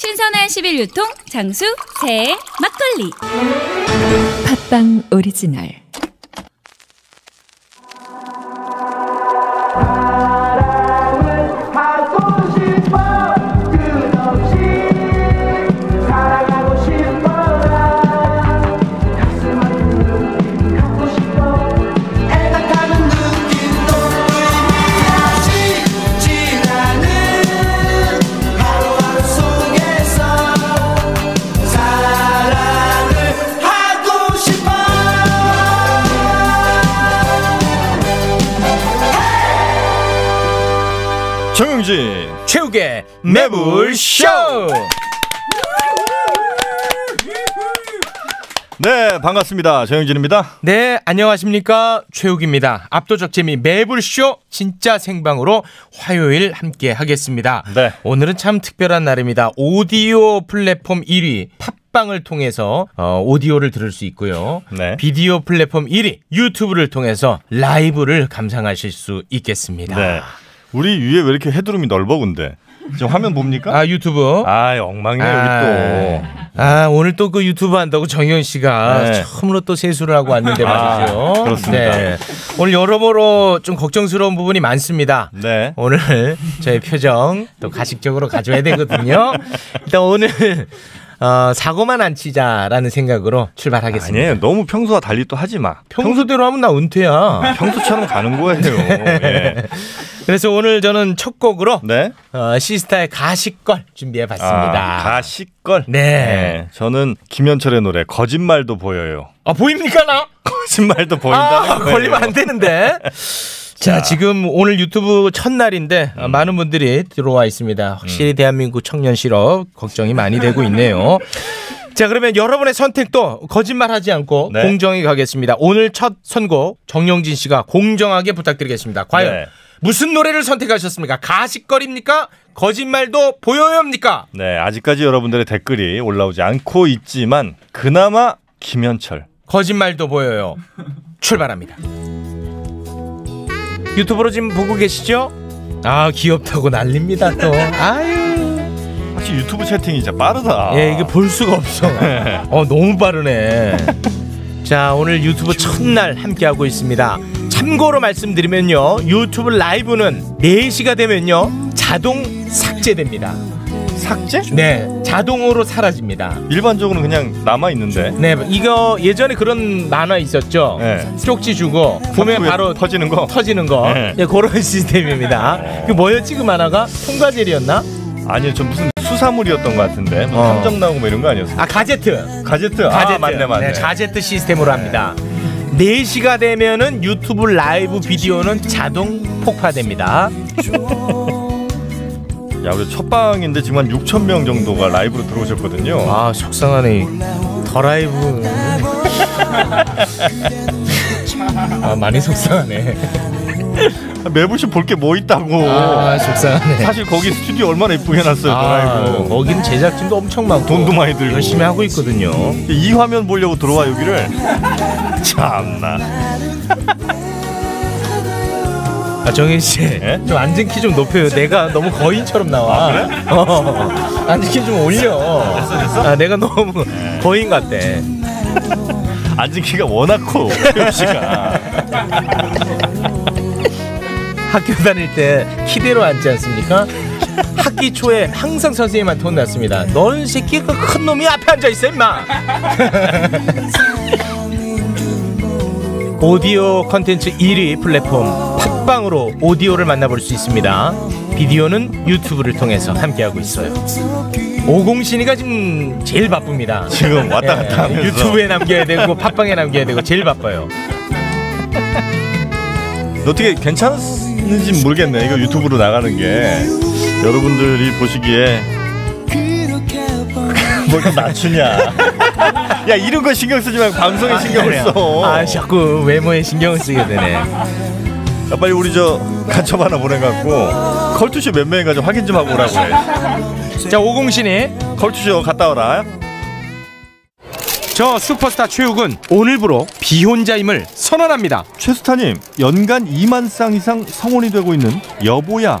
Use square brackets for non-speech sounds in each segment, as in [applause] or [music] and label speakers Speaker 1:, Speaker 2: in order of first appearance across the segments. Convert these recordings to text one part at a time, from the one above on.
Speaker 1: 신선한 11 유통 장수 새 막걸리
Speaker 2: 팟빵 오리지널
Speaker 3: 하고 싶어 끝없이 사랑하고 싶어라 가슴 아픈 느낌 갖고 싶어 애틋하는 느낌도 의미없이 지나는 하루하루 속에서 사랑을 하고 싶어
Speaker 4: 정영진
Speaker 5: 최욱의
Speaker 4: 매불쇼! 네 반갑습니다 정영진입니다
Speaker 5: 네, 안녕하십니까. 최욱입니다. 압도적 재미 매불쇼 진짜 생방으로 화요일 함께 하겠습니다.
Speaker 4: 네.
Speaker 5: 오늘은 참 특별한 날입니다. 오디오 플랫폼 1위 팟빵을 통해서 어, 오디오를 들을 수 있고요.
Speaker 4: 네.
Speaker 5: 비디오 플랫폼 1위 유튜브를 통해서 라이브를 감상하실 수 있겠습니다.
Speaker 4: 네 우리 위에 왜 이렇게 헤드룸이 넓어 근데 지금 화면 봅니까?
Speaker 5: 아, 유튜브.
Speaker 4: 아 엉망이네
Speaker 5: 아,
Speaker 4: 여기 또
Speaker 5: 아, 오늘 또 그 유튜브 한다고 정현 씨가
Speaker 4: 네.
Speaker 5: 처음으로 또 세수를 하고 왔는데
Speaker 4: 아,
Speaker 5: 말이죠. 네.
Speaker 4: 그렇습니다.
Speaker 5: 오늘 여러모로 좀 걱정스러운 부분이 많습니다.
Speaker 4: 네.
Speaker 5: 오늘 [laughs] 저의 표정 또 가식적으로 가져야 되거든요. 일단 오늘 어, 사고만 안 치자라는 생각으로 출발하겠습니다.
Speaker 4: 아니에요 너무 평소와 달리 또 하지 마
Speaker 5: 평소대로 하면 나 은퇴야.
Speaker 4: 평소처럼 가는 [laughs] 거예요 예.
Speaker 5: 그래서 오늘 저는 첫 곡으로
Speaker 4: 네
Speaker 5: 어, 시스타의 가식걸 준비해 봤습니다.
Speaker 4: 아, 가시걸
Speaker 5: 네.
Speaker 4: 저는 김현철의 노래 거짓말도 보여요 [laughs]
Speaker 5: 아, 보입니까 나?
Speaker 4: 거짓말도 보인다는
Speaker 5: 아,
Speaker 4: 거예요
Speaker 5: 걸리면 안 되는데. [laughs] 자, 지금 오늘 유튜브 첫날인데 아, 많은 분들이 들어와 있습니다. 확실히 대한민국 청년 실업 걱정이 많이 되고 있네요. 자, 그러면 여러분의 선택도 거짓말하지 않고
Speaker 4: 네.
Speaker 5: 공정히 가겠습니다. 오늘 첫 선곡 정영진 씨가 공정하게 부탁드리겠습니다. 과연
Speaker 4: 네.
Speaker 5: 무슨 노래를 선택하셨습니까? 가식거리입니까? 거짓말도 보여요입니까?
Speaker 4: 네 아직까지 여러분들의 댓글이 올라오지 않고 있지만 그나마 김현철
Speaker 5: 거짓말도 보여요. 출발합니다. 유튜브로 지금 보고 계시죠? 아 귀엽다고 난립니다 또. 아유.
Speaker 4: 확실히 유튜브 채팅이 진짜 빠르다.
Speaker 5: 예 이게 볼 수가 없어. 어 너무 빠르네. 자 오늘 유튜브 첫날 함께 하고 있습니다. 참고로 말씀드리면요 유튜브 라이브는 4시가 되면요 자동 삭제됩니다.
Speaker 4: 삭제?
Speaker 5: 네 자동으로 사라집니다.
Speaker 4: 일반적으로는 그냥 남아 있는데.
Speaker 5: 네 이거 예전에 그런 만화 있었죠.
Speaker 4: 네.
Speaker 5: 쪽지 주고 보면 바로
Speaker 4: 터지는 거.
Speaker 5: 터지는 거
Speaker 4: 네.
Speaker 5: 예, 그런 [laughs] 시스템입니다. 그 뭐였지 그 만화가 통과젤이었나?
Speaker 4: 아니요, 전 무슨 수사물이었던 것 같은데. 뭐
Speaker 5: 어.
Speaker 4: 함정 나오고 뭐 이런 거 아니었어요?
Speaker 5: 아 가제트.
Speaker 4: 가제트. 아, 맞네, 맞네.
Speaker 5: 네, 가제트 시스템으로 합니다. 4시가 되면은 유튜브 라이브 비디오는 자동 폭파됩니다.
Speaker 4: 야, 우리 첫 방인데 지금 한 6천 명 정도가 라이브로 들어오셨거든요.
Speaker 5: 아, 속상하네. 더 라이브. [laughs] 아, 많이 속상하네.
Speaker 4: 매부시 볼 게 뭐 있다고.
Speaker 5: 아, 속상하네.
Speaker 4: 사실 거기 스튜디오 얼마나 예쁘게 해놨어요, 또
Speaker 5: 아,
Speaker 4: 라이브.
Speaker 5: 거기는 제작진도 엄청 많고
Speaker 4: 돈도 많이 들고.
Speaker 5: 열심히 하고 있거든요.
Speaker 4: 이 화면 보려고 들어와 여기를. [laughs] 참나.
Speaker 5: 아 정인 씨,
Speaker 4: 예?
Speaker 5: 좀 앉은 키 좀 높여요. 내가 너무 거인처럼 나와. 어, 앉은 키 좀 올려. 아, 됐어 됐어. 아 내가 너무 거인 같대.
Speaker 4: 앉은 키가 워낙 커. 역시가.
Speaker 5: 학교 다닐 때 키대로 앉지 않습니까? 학기 초에 항상 선생님한테 혼났습니다. 넌 새끼가 그 큰 놈이 앞에 앉아 있어 임마. [laughs] 오디오 컨텐츠 1위 플랫폼 팟빵으로 오디오를 만나볼 수 있습니다. 비디오는 유튜브를 통해서 함께하고 있어요. 오공신이가 지금 제일 바쁩니다.
Speaker 4: 지금 왔다 갔다
Speaker 5: 예,
Speaker 4: 하면서.
Speaker 5: 유튜브에 남겨야 되고 팟빵에 남겨야 되고 제일 바빠요.
Speaker 4: 어떻게 괜찮은지 모르겠네. 이거 유튜브로 나가는 게 여러분들이 보시기에 [laughs] 뭐가 낮추냐? [laughs] 야 이런 거 신경 쓰지 말고 방송에 신경을 써.
Speaker 5: 아 자꾸 외모에 신경을 쓰게 되네.
Speaker 4: 야, 빨리 우리 저 간첩 하나 보내갖고 컬투쇼 몇 명인가 좀 확인 좀 하고 오라고 해.
Speaker 5: 자 오공신이
Speaker 4: 컬투쇼 갔다 와라.
Speaker 5: 저 슈퍼스타 최욱은 오늘부로 비혼자임을 선언합니다.
Speaker 4: 최수타님 연간 2만 쌍 이상 성원이 되고 있는 여보야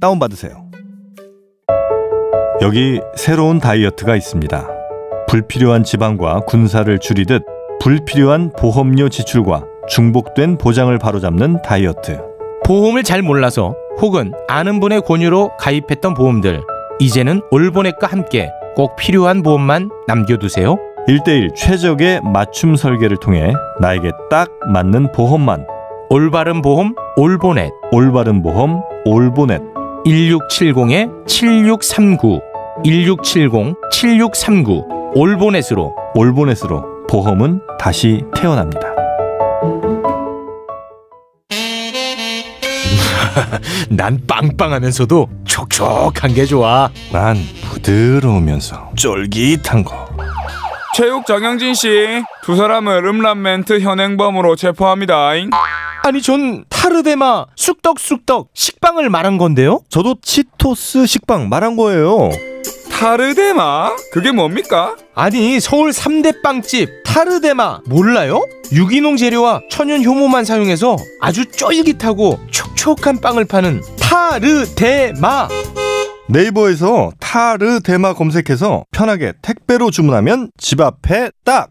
Speaker 4: 다운받으세요. 여기 새로운 다이어트가 있습니다. 불필요한 지방과 군사를 줄이듯 불필요한 보험료 지출과 중복된 보장을 바로잡는 다이어트.
Speaker 5: 보험을 잘 몰라서 혹은 아는 분의 권유로 가입했던 보험들 이제는 올보넷과 함께 꼭 필요한 보험만 남겨두세요
Speaker 4: 1대1 최적의 맞춤 설계를 통해 나에게 딱 맞는 보험만
Speaker 5: 올바른 보험 올보넷
Speaker 4: 올바른 보험 올보넷
Speaker 5: 1670-7639 1670-7639 올보넷으로
Speaker 4: 올보넷으로 보험은 다시 태어납니다.
Speaker 5: 난 빵빵하면서도 촉촉한 게 좋아
Speaker 4: 난 부드러우면서 쫄깃한 거.
Speaker 6: 체육 정영진 씨, 두 사람을 음란멘트 현행범으로 체포합니다.
Speaker 5: 아니 전 타르데마 쑥떡쑥떡 식빵을 말한 건데요
Speaker 4: 저도 치토스 식빵 말한 거예요.
Speaker 6: 타르데마? 그게 뭡니까?
Speaker 5: 아니 서울 삼대 빵집 타르데마 몰라요? 유기농 재료와 천연 효모만 사용해서 아주 쫄깃하고 촉촉한 빵을 파는 타르데마
Speaker 4: 네이버에서 타르 대마 검색해서 편하게 택배로 주문하면 집 앞에 딱.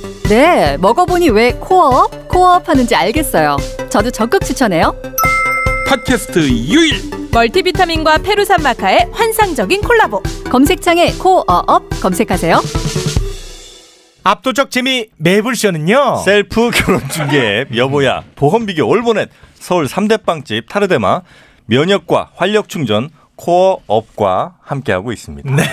Speaker 7: 네, 먹어보니 왜 코어업? 코어업 하는지 알겠어요. 저도 적극 추천해요.
Speaker 8: 팟캐스트 유일
Speaker 7: 멀티비타민과 페루산 마카의 환상적인 콜라보. 검색창에 코어업 검색하세요.
Speaker 5: 압도적 재미 매불쇼는요
Speaker 4: 셀프 결혼 중개
Speaker 5: [laughs]
Speaker 4: 앱 여보야 보험 비교 올보넷 서울 3대 빵집 타르데마 면역과 활력 충전 코어업과 함께하고 있습니다.
Speaker 5: 네.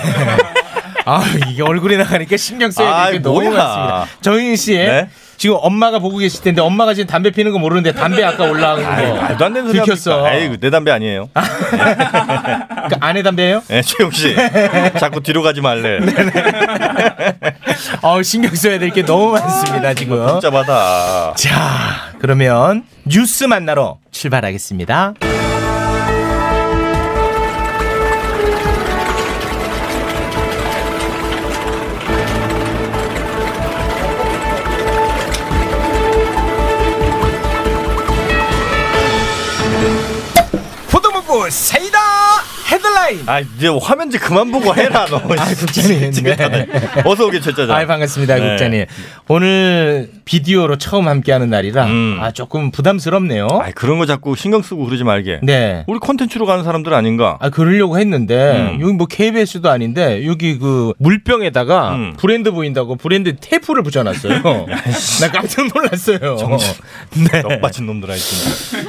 Speaker 5: 아 이게 얼굴에 나가니까 신경 써야
Speaker 4: 아이,
Speaker 5: 되는 게 너무
Speaker 4: 뭐야.
Speaker 5: 많습니다 정윤 씨
Speaker 4: 네?
Speaker 5: 지금 엄마가 보고 계실 텐데 엄마가 지금 담배 피는 거 모르는데 담배 아까 올라온 거
Speaker 4: 아이, 말도 안 되는 소리
Speaker 5: 들켰어.
Speaker 4: 합니까? 에이, 내 담배 아니에요.
Speaker 5: 그 아내 담배예요?
Speaker 4: 네,
Speaker 5: [laughs]
Speaker 4: 최욱 씨, 자꾸 뒤로 가지 말래.
Speaker 5: 네, 어 신경 써야 될 게 너무 많습니다 지금
Speaker 4: 진짜 받아.
Speaker 5: 자, 그러면 뉴스 만나러 출발하겠습니다. 보도본부 사이다 헤드라인.
Speaker 4: 아 이제 화면 좀 그만 보고 해라 너.
Speaker 5: 아,
Speaker 4: [laughs]
Speaker 5: 국장님.
Speaker 4: 찌긋하네. 어서 오게 최짜장.
Speaker 5: 아이 반갑습니다,
Speaker 4: 네.
Speaker 5: 국장님. 오늘 비디오로 처음 함께하는 날이라
Speaker 4: 음.
Speaker 5: 아 조금 부담스럽네요.
Speaker 4: 아이 그런 거 자꾸 신경 쓰고 그러지 말게.
Speaker 5: 네.
Speaker 4: 우리 콘텐츠로 가는 사람들 아닌가?
Speaker 5: 아 그러려고 했는데
Speaker 4: 음.
Speaker 5: 여기 뭐 KBS도 아닌데 여기 그 물병에다가
Speaker 4: 음.
Speaker 5: 브랜드 보인다고 브랜드 테프를 붙여놨어요. 나 깜짝 놀랐어요. 네.
Speaker 4: 역 빠진 놈들아 있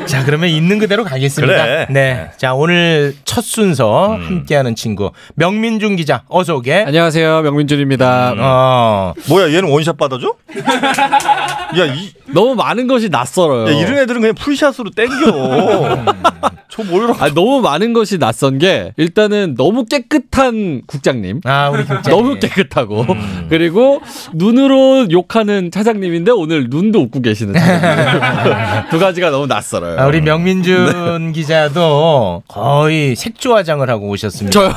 Speaker 5: 자 그러면 있는 그대로 가겠습니다.
Speaker 4: 그래.
Speaker 5: 네. 자 오늘 첫 순서
Speaker 4: 음.
Speaker 5: 함께하는 친구 명민준 기자 어서 오게.
Speaker 9: 안녕하세요 명민준입니다.
Speaker 5: 어.
Speaker 4: 뭐야 얘는 원샷
Speaker 5: [laughs]
Speaker 4: 받아줘? 야, 이,
Speaker 9: 너무 많은 것이 낯설어요.
Speaker 4: 야 이런 애들은 그냥 풀샷으로
Speaker 5: [laughs]
Speaker 4: 땡겨. 저 뭐라?
Speaker 9: 아 너무 많은 것이 낯선 게 일단은 너무 깨끗한 국장님.
Speaker 5: 아 우리 국장님. 음.
Speaker 9: 너무 깨끗하고 그리고 눈으로 욕하는 차장님인데 오늘 눈도 웃고 계시는 차장님. [laughs] 두 가지가 너무 낯설어요.
Speaker 5: 아, 우리 명민준 기자도 거의 색조 화장을 하고 오셨습니다.
Speaker 9: 저요?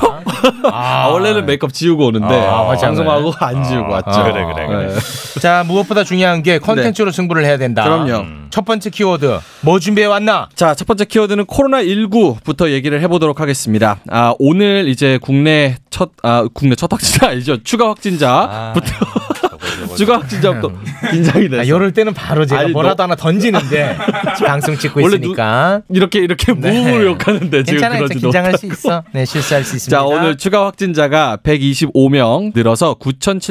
Speaker 5: 아,
Speaker 9: 아, 원래는 메이크업 지우고 오는데
Speaker 5: 아, 화장을.
Speaker 9: 방송하고 안 지우고 왔죠.
Speaker 5: 아,
Speaker 4: 그래 그래 그래.
Speaker 9: 네.
Speaker 5: 자 무엇보다 중요한 게 컨텐츠로 승부를 해야 된다. 음.
Speaker 9: 그럼요.
Speaker 5: 첫 번째 키워드 뭐 준비해 왔나?
Speaker 9: 자, 첫 번째 키워드는 코로나19부터 얘기를 해보도록 하겠습니다. 아, [laughs] 오늘 이제 국내 첫, 아, 국내 첫 확진자 아니죠. [laughs] 추가 확진자부터 주각 진짜 또 긴장이 됐어.
Speaker 5: 아, 요럴 때는 바로 제가
Speaker 9: 아니,
Speaker 5: 뭐라도 하나
Speaker 9: [laughs]
Speaker 5: 던지는데 방송 찍고
Speaker 9: 원래
Speaker 5: 있으니까
Speaker 9: 이렇게 이렇게 무음을
Speaker 5: 네.
Speaker 9: 욕하는데 지금
Speaker 5: 괜찮아요.
Speaker 9: 그러지
Speaker 5: 긴장할
Speaker 9: 못하고.
Speaker 5: 수 있어. 네, 실수할 수 있습니다.
Speaker 9: [laughs] 자 오늘 추가 확진자가 125명 늘어서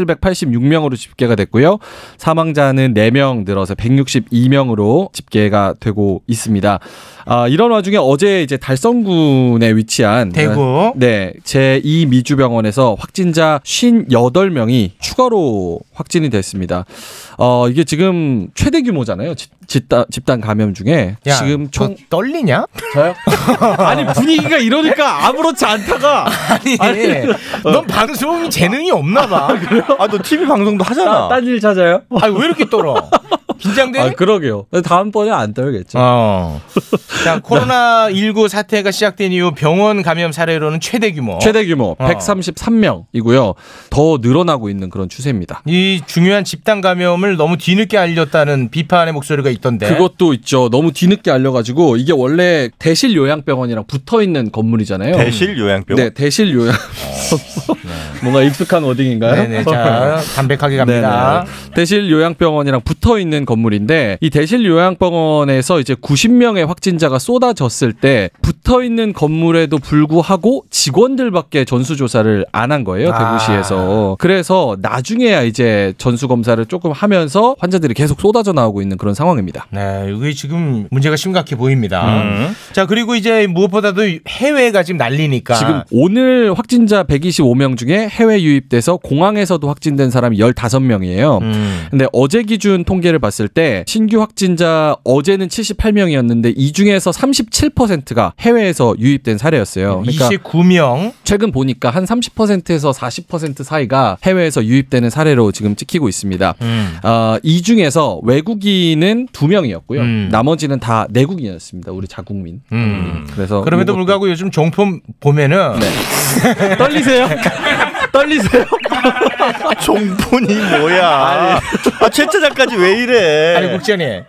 Speaker 9: 9,786명으로 집계가 됐고요. 사망자는 4명 늘어서 162명으로 집계가 되고 있습니다. 아, 이런 와중에 어제 이제 달성군에 위치한
Speaker 5: 대구.
Speaker 9: 네, 제2 미주병원에서 확진자 58명이 추가로 확진이 됐습니다. 어, 이게 지금 최대 규모잖아요. 집, 집단, 집단 감염 중에
Speaker 5: 야, 그
Speaker 9: 지금 총
Speaker 5: 너 떨리냐? [laughs]
Speaker 9: 저요? 아니 분위기가 이러니까 아무렇지 않다가
Speaker 5: 아니,
Speaker 9: 어.
Speaker 5: 넌 방송 재능이 없나
Speaker 9: [laughs]
Speaker 5: 봐.
Speaker 4: 아 너 TV 방송도 하잖아.
Speaker 9: 딴 일 찾아요?
Speaker 5: 아니, 왜 이렇게 떨어? 긴장되니?
Speaker 9: 아 그러게요. 다음번에 안 떨겠죠.
Speaker 5: 어. 자, 코로나 19 사태가 시작된 이후 병원 감염 사례로는 최대 규모.
Speaker 9: 최대 규모
Speaker 5: 어.
Speaker 9: 133명이고요. 더 늘어나고 있는 그런 추세입니다.
Speaker 5: 이 중요한 집단 감염을 너무 뒤늦게 알렸다는 비판의 목소리가
Speaker 9: 네.
Speaker 5: 있던데.
Speaker 9: 그것도 있죠. 너무 뒤늦게 알려가지고 이게 원래 대실 요양병원이랑 붙어 있는 건물이잖아요.
Speaker 4: 대실 요양병원.
Speaker 9: 네, 대실 요양. 어, 네. [laughs] 뭔가 익숙한 워딩인가요?
Speaker 5: 네네.
Speaker 9: [laughs]
Speaker 5: 자, 담백하게 갑니다.
Speaker 9: 네네. 대실 요양병원이랑 붙어 있는 건물인데 이 대실 요양병원에서 이제 90명의 확진자가 쏟아졌을 때 붙어 있는 건물에도 불구하고 직원들밖에 전수 조사를 안 한 거예요
Speaker 5: 아.
Speaker 9: 대구시에서. 그래서 나중에야 이제 전수 검사를 조금 하면서 환자들이 계속 쏟아져 나오고 있는 그런 상황입니다.
Speaker 5: 네, 이게 지금 문제가 심각해 보입니다.
Speaker 9: 음.
Speaker 5: 자, 그리고 이제 무엇보다도 해외가 지금 난리니까.
Speaker 9: 지금 오늘 확진자 125명 중에 해외 유입돼서 공항에서도 확진된 사람이 15명이에요.
Speaker 5: 음.
Speaker 9: 근데 어제 기준 통계를 봤을 때 신규 확진자 어제는 78명이었는데 이 중에서 37%가 해외에서 유입된 사례였어요.
Speaker 5: 네,
Speaker 9: 그러니까
Speaker 5: 29명.
Speaker 9: 최근 보니까 한 30%에서 40% 사이가 해외에서 유입되는 사례로 지금 찍히고 있습니다.
Speaker 5: 음.
Speaker 9: 아, 이 중에서 외국인은 두 명이었고요.
Speaker 5: 음.
Speaker 9: 나머지는 다 내국인이었습니다. 우리 자국민.
Speaker 5: 음.
Speaker 9: 그래서 뭐
Speaker 5: 그럼에도
Speaker 9: 요것도- 네.
Speaker 5: 불구하고 요즘 종품 보면은
Speaker 9: 떨리세요? 떨리세요?
Speaker 4: 아, 종분이
Speaker 5: [laughs]
Speaker 4: 뭐야? 아 채짜장까지 왜 이래?
Speaker 5: 아니 뭐 국장님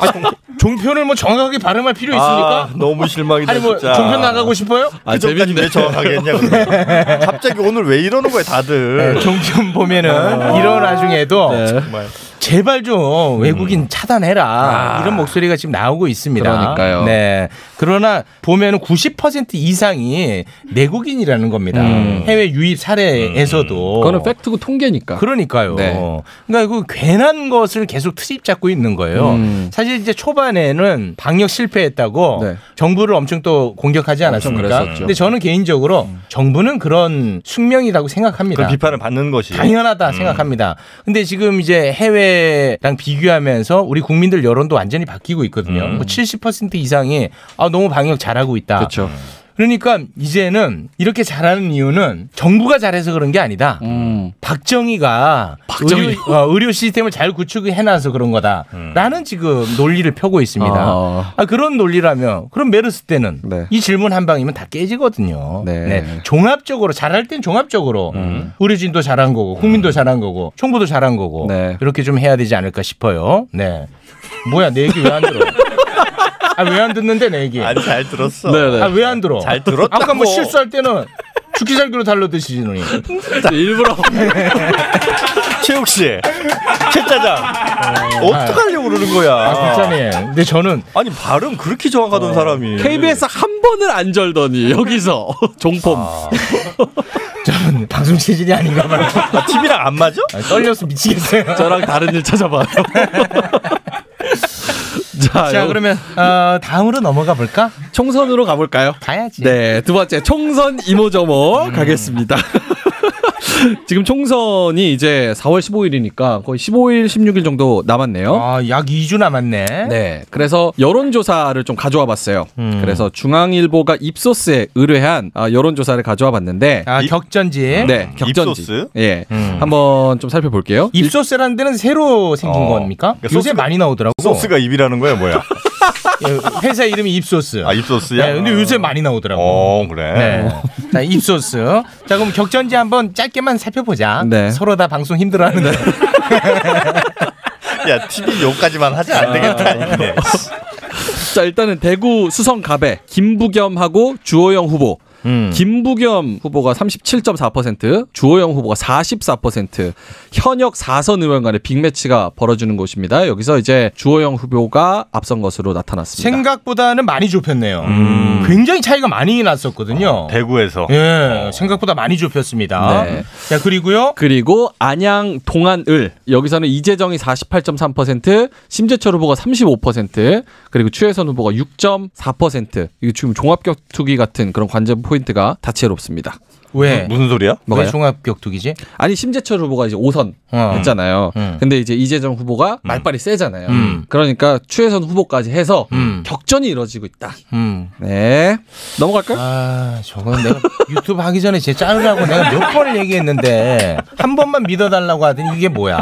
Speaker 5: 아, 종- 종편을 뭐 정확하게 발음할 필요 있습니까?
Speaker 4: 아, 너무 실망이다
Speaker 5: 아니 뭐
Speaker 4: 진짜.
Speaker 5: 종편 나가고 싶어요?
Speaker 9: 아,
Speaker 4: 그 전까지
Speaker 9: 재밌네.
Speaker 4: 왜 정확하게 했냐
Speaker 5: [laughs]
Speaker 4: 그러면. 갑자기 오늘 왜 이러는 거야 다들.
Speaker 5: 네, [laughs] 종편 보면은 이런 와중에도
Speaker 9: 아. 네. 음.
Speaker 4: 정말.
Speaker 5: 제발 좀 외국인 차단해라 이런 목소리가 지금 나오고 있습니다.
Speaker 9: 아. 그러니까요.
Speaker 5: 네. 그러나 보면은 90% 이상이 내국인이라는 겁니다. 해외 유입 사례에서도
Speaker 9: 음. 그거는 팩트고 통계니까.
Speaker 5: 그러니까요.
Speaker 9: 네.
Speaker 5: 그러니까 그 괜한 것을 계속 트집 잡고 있는 거예요.
Speaker 9: 음.
Speaker 5: 사실 이제 초반에는 방역 실패했다고
Speaker 9: 네.
Speaker 5: 정부를 엄청 또 공격하지 않았습니까?
Speaker 9: 그랬었죠. 음.
Speaker 5: 근데 저는 개인적으로 정부는 그런 숙명이라고 생각합니다.
Speaker 4: 그런 비판을 받는 것이.
Speaker 5: 당연하다 생각합니다. 근데 지금 이제 해외랑 비교하면서 우리 국민들 여론도 완전히 바뀌고 있거든요. 뭐 70% 이상이 아 너무 방역 잘하고 있다.
Speaker 9: 그렇죠.
Speaker 5: 그러니까 이제는 이렇게 잘하는 이유는 정부가 잘해서 그런 게 아니다.
Speaker 9: 음.
Speaker 5: 박정희가
Speaker 9: 박정희.
Speaker 5: 의료, 어, 의료 시스템을 잘 구축해놔서 그런 거다라는 지금 논리를 펴고 있습니다.
Speaker 9: 아.
Speaker 5: 아, 그런 논리라면 그럼 메르스 때는
Speaker 9: 네.
Speaker 5: 이 질문 한 방이면 다 깨지거든요.
Speaker 9: 네.
Speaker 5: 종합적으로 잘할 땐 종합적으로 의료진도 잘한 거고 국민도 잘한 거고 총부도 잘한 거고
Speaker 9: 네.
Speaker 5: 이렇게 좀 해야 되지 않을까 싶어요. 네. 뭐야 내 얘기 왜 안 들어? 아 왜 안 듣는데 내 얘기?
Speaker 4: 아니 잘 들었어.
Speaker 9: 네네.
Speaker 5: 아 왜 안 들어?
Speaker 4: 잘 들었다고.
Speaker 5: 아까 뭐 실수할 때는 죽기 살기로 달러 드시더니 아,
Speaker 9: 일부러
Speaker 4: 최욱 씨, 채짜장 어떻게 하려고 그러는 거야?
Speaker 5: 네. 아, 어. 국장님. 근데 저는
Speaker 4: 아니 발음 그렇게 정확하던 사람이.
Speaker 9: KBS 한 번을 안 [laughs] 절더니 여기서 종폼.
Speaker 5: 저는 방송 체질이 아닌가 봐요.
Speaker 4: 아, TV랑 안 맞아?
Speaker 5: 아, 떨려서 미치겠어요.
Speaker 9: 저랑 다른 일 [laughs] 찾아봐요.
Speaker 4: 아,
Speaker 9: 자,
Speaker 5: 자
Speaker 9: 요-
Speaker 5: 그러면 어, 다음으로 넘어가 볼까?
Speaker 9: 총선으로 가볼까요? 음.
Speaker 5: 가야지.
Speaker 9: 네, 두 번째 총선 이모저모 가겠습니다. [laughs] 지금 총선이 이제 4월 15일이니까 거의 15일, 16일 정도 남았네요.
Speaker 5: 어, 아약 2주 남았네.
Speaker 9: 네. 그래서 여론조사를 좀 가져와 봤어요. 그래서 중앙일보가 입소스에 의뢰한 아, 여론조사를 가져와 봤는데.
Speaker 5: 아 격전지.
Speaker 9: 네. 격전지.
Speaker 4: 입소스?
Speaker 9: 예.
Speaker 5: 음.
Speaker 9: 한번 좀 살펴볼게요.
Speaker 5: 입소스라는 데는 새로 생긴
Speaker 4: 어.
Speaker 5: 겁니까?
Speaker 4: 그러니까
Speaker 5: 요새
Speaker 4: 소스가-
Speaker 5: 많이 나오더라고.
Speaker 4: 소스가 입이라는 거야 뭐야?
Speaker 5: 예, 회사 이름이 입소스.
Speaker 4: 아 입소스야?
Speaker 5: 네, 근데 요새 많이 나오더라고.
Speaker 4: 어 그래.
Speaker 5: 네. 자, 입소스. 자, 그럼 격전지 한번 짧게만 살펴보자.
Speaker 9: 네.
Speaker 5: 서로 다 방송 힘들어하는데.
Speaker 4: 네. 야 TV 욕까지만 하지 안 되겠다. 이게.
Speaker 9: 자, 일단은 대구 수성갑에 김부겸하고 주호영 후보.
Speaker 5: 음.
Speaker 9: 김부겸 후보가 37.4%, 주호영 후보가 44%, 현역 4선 의원 간의 빅매치가 벌어지는 곳입니다. 여기서 이제 주호영 후보가 앞선 것으로 나타났습니다.
Speaker 5: 생각보다는 많이 좁혔네요.
Speaker 4: 음.
Speaker 5: 굉장히 차이가 많이
Speaker 4: 어,
Speaker 5: 났었거든요.
Speaker 4: 대구에서
Speaker 5: 예, 생각보다 많이 좁혔습니다.
Speaker 9: 네.
Speaker 5: 자, 그리고요.
Speaker 9: 그리고 안양 동안을 여기서는 이재정이 48.3%, 심재철 후보가 35%, 그리고 추혜선 후보가 6.4%. 이게 지금 종합격투기 같은 그런 관전 포인트가 다채롭습니다.
Speaker 5: 왜?
Speaker 4: 무슨 소리야?
Speaker 5: 왜
Speaker 9: 뭐가요?
Speaker 5: 종합격투기지?
Speaker 9: 아니 심재철 후보가 이제 5선
Speaker 5: 어.
Speaker 9: 했잖아요.
Speaker 5: 음.
Speaker 9: 근데 이제 이재정 후보가 말발이 세잖아요.
Speaker 5: 음.
Speaker 9: 그러니까 추혜선 후보까지 해서
Speaker 5: 음.
Speaker 9: 격전이 이루어지고 있다.
Speaker 5: 음.
Speaker 9: 네. 넘어갈까요?
Speaker 5: 아, 저건 내가 유튜브 하기 전에 제 자르라고 내가 몇 번을 얘기했는데 한 번만 믿어달라고 하더니 이게 뭐야?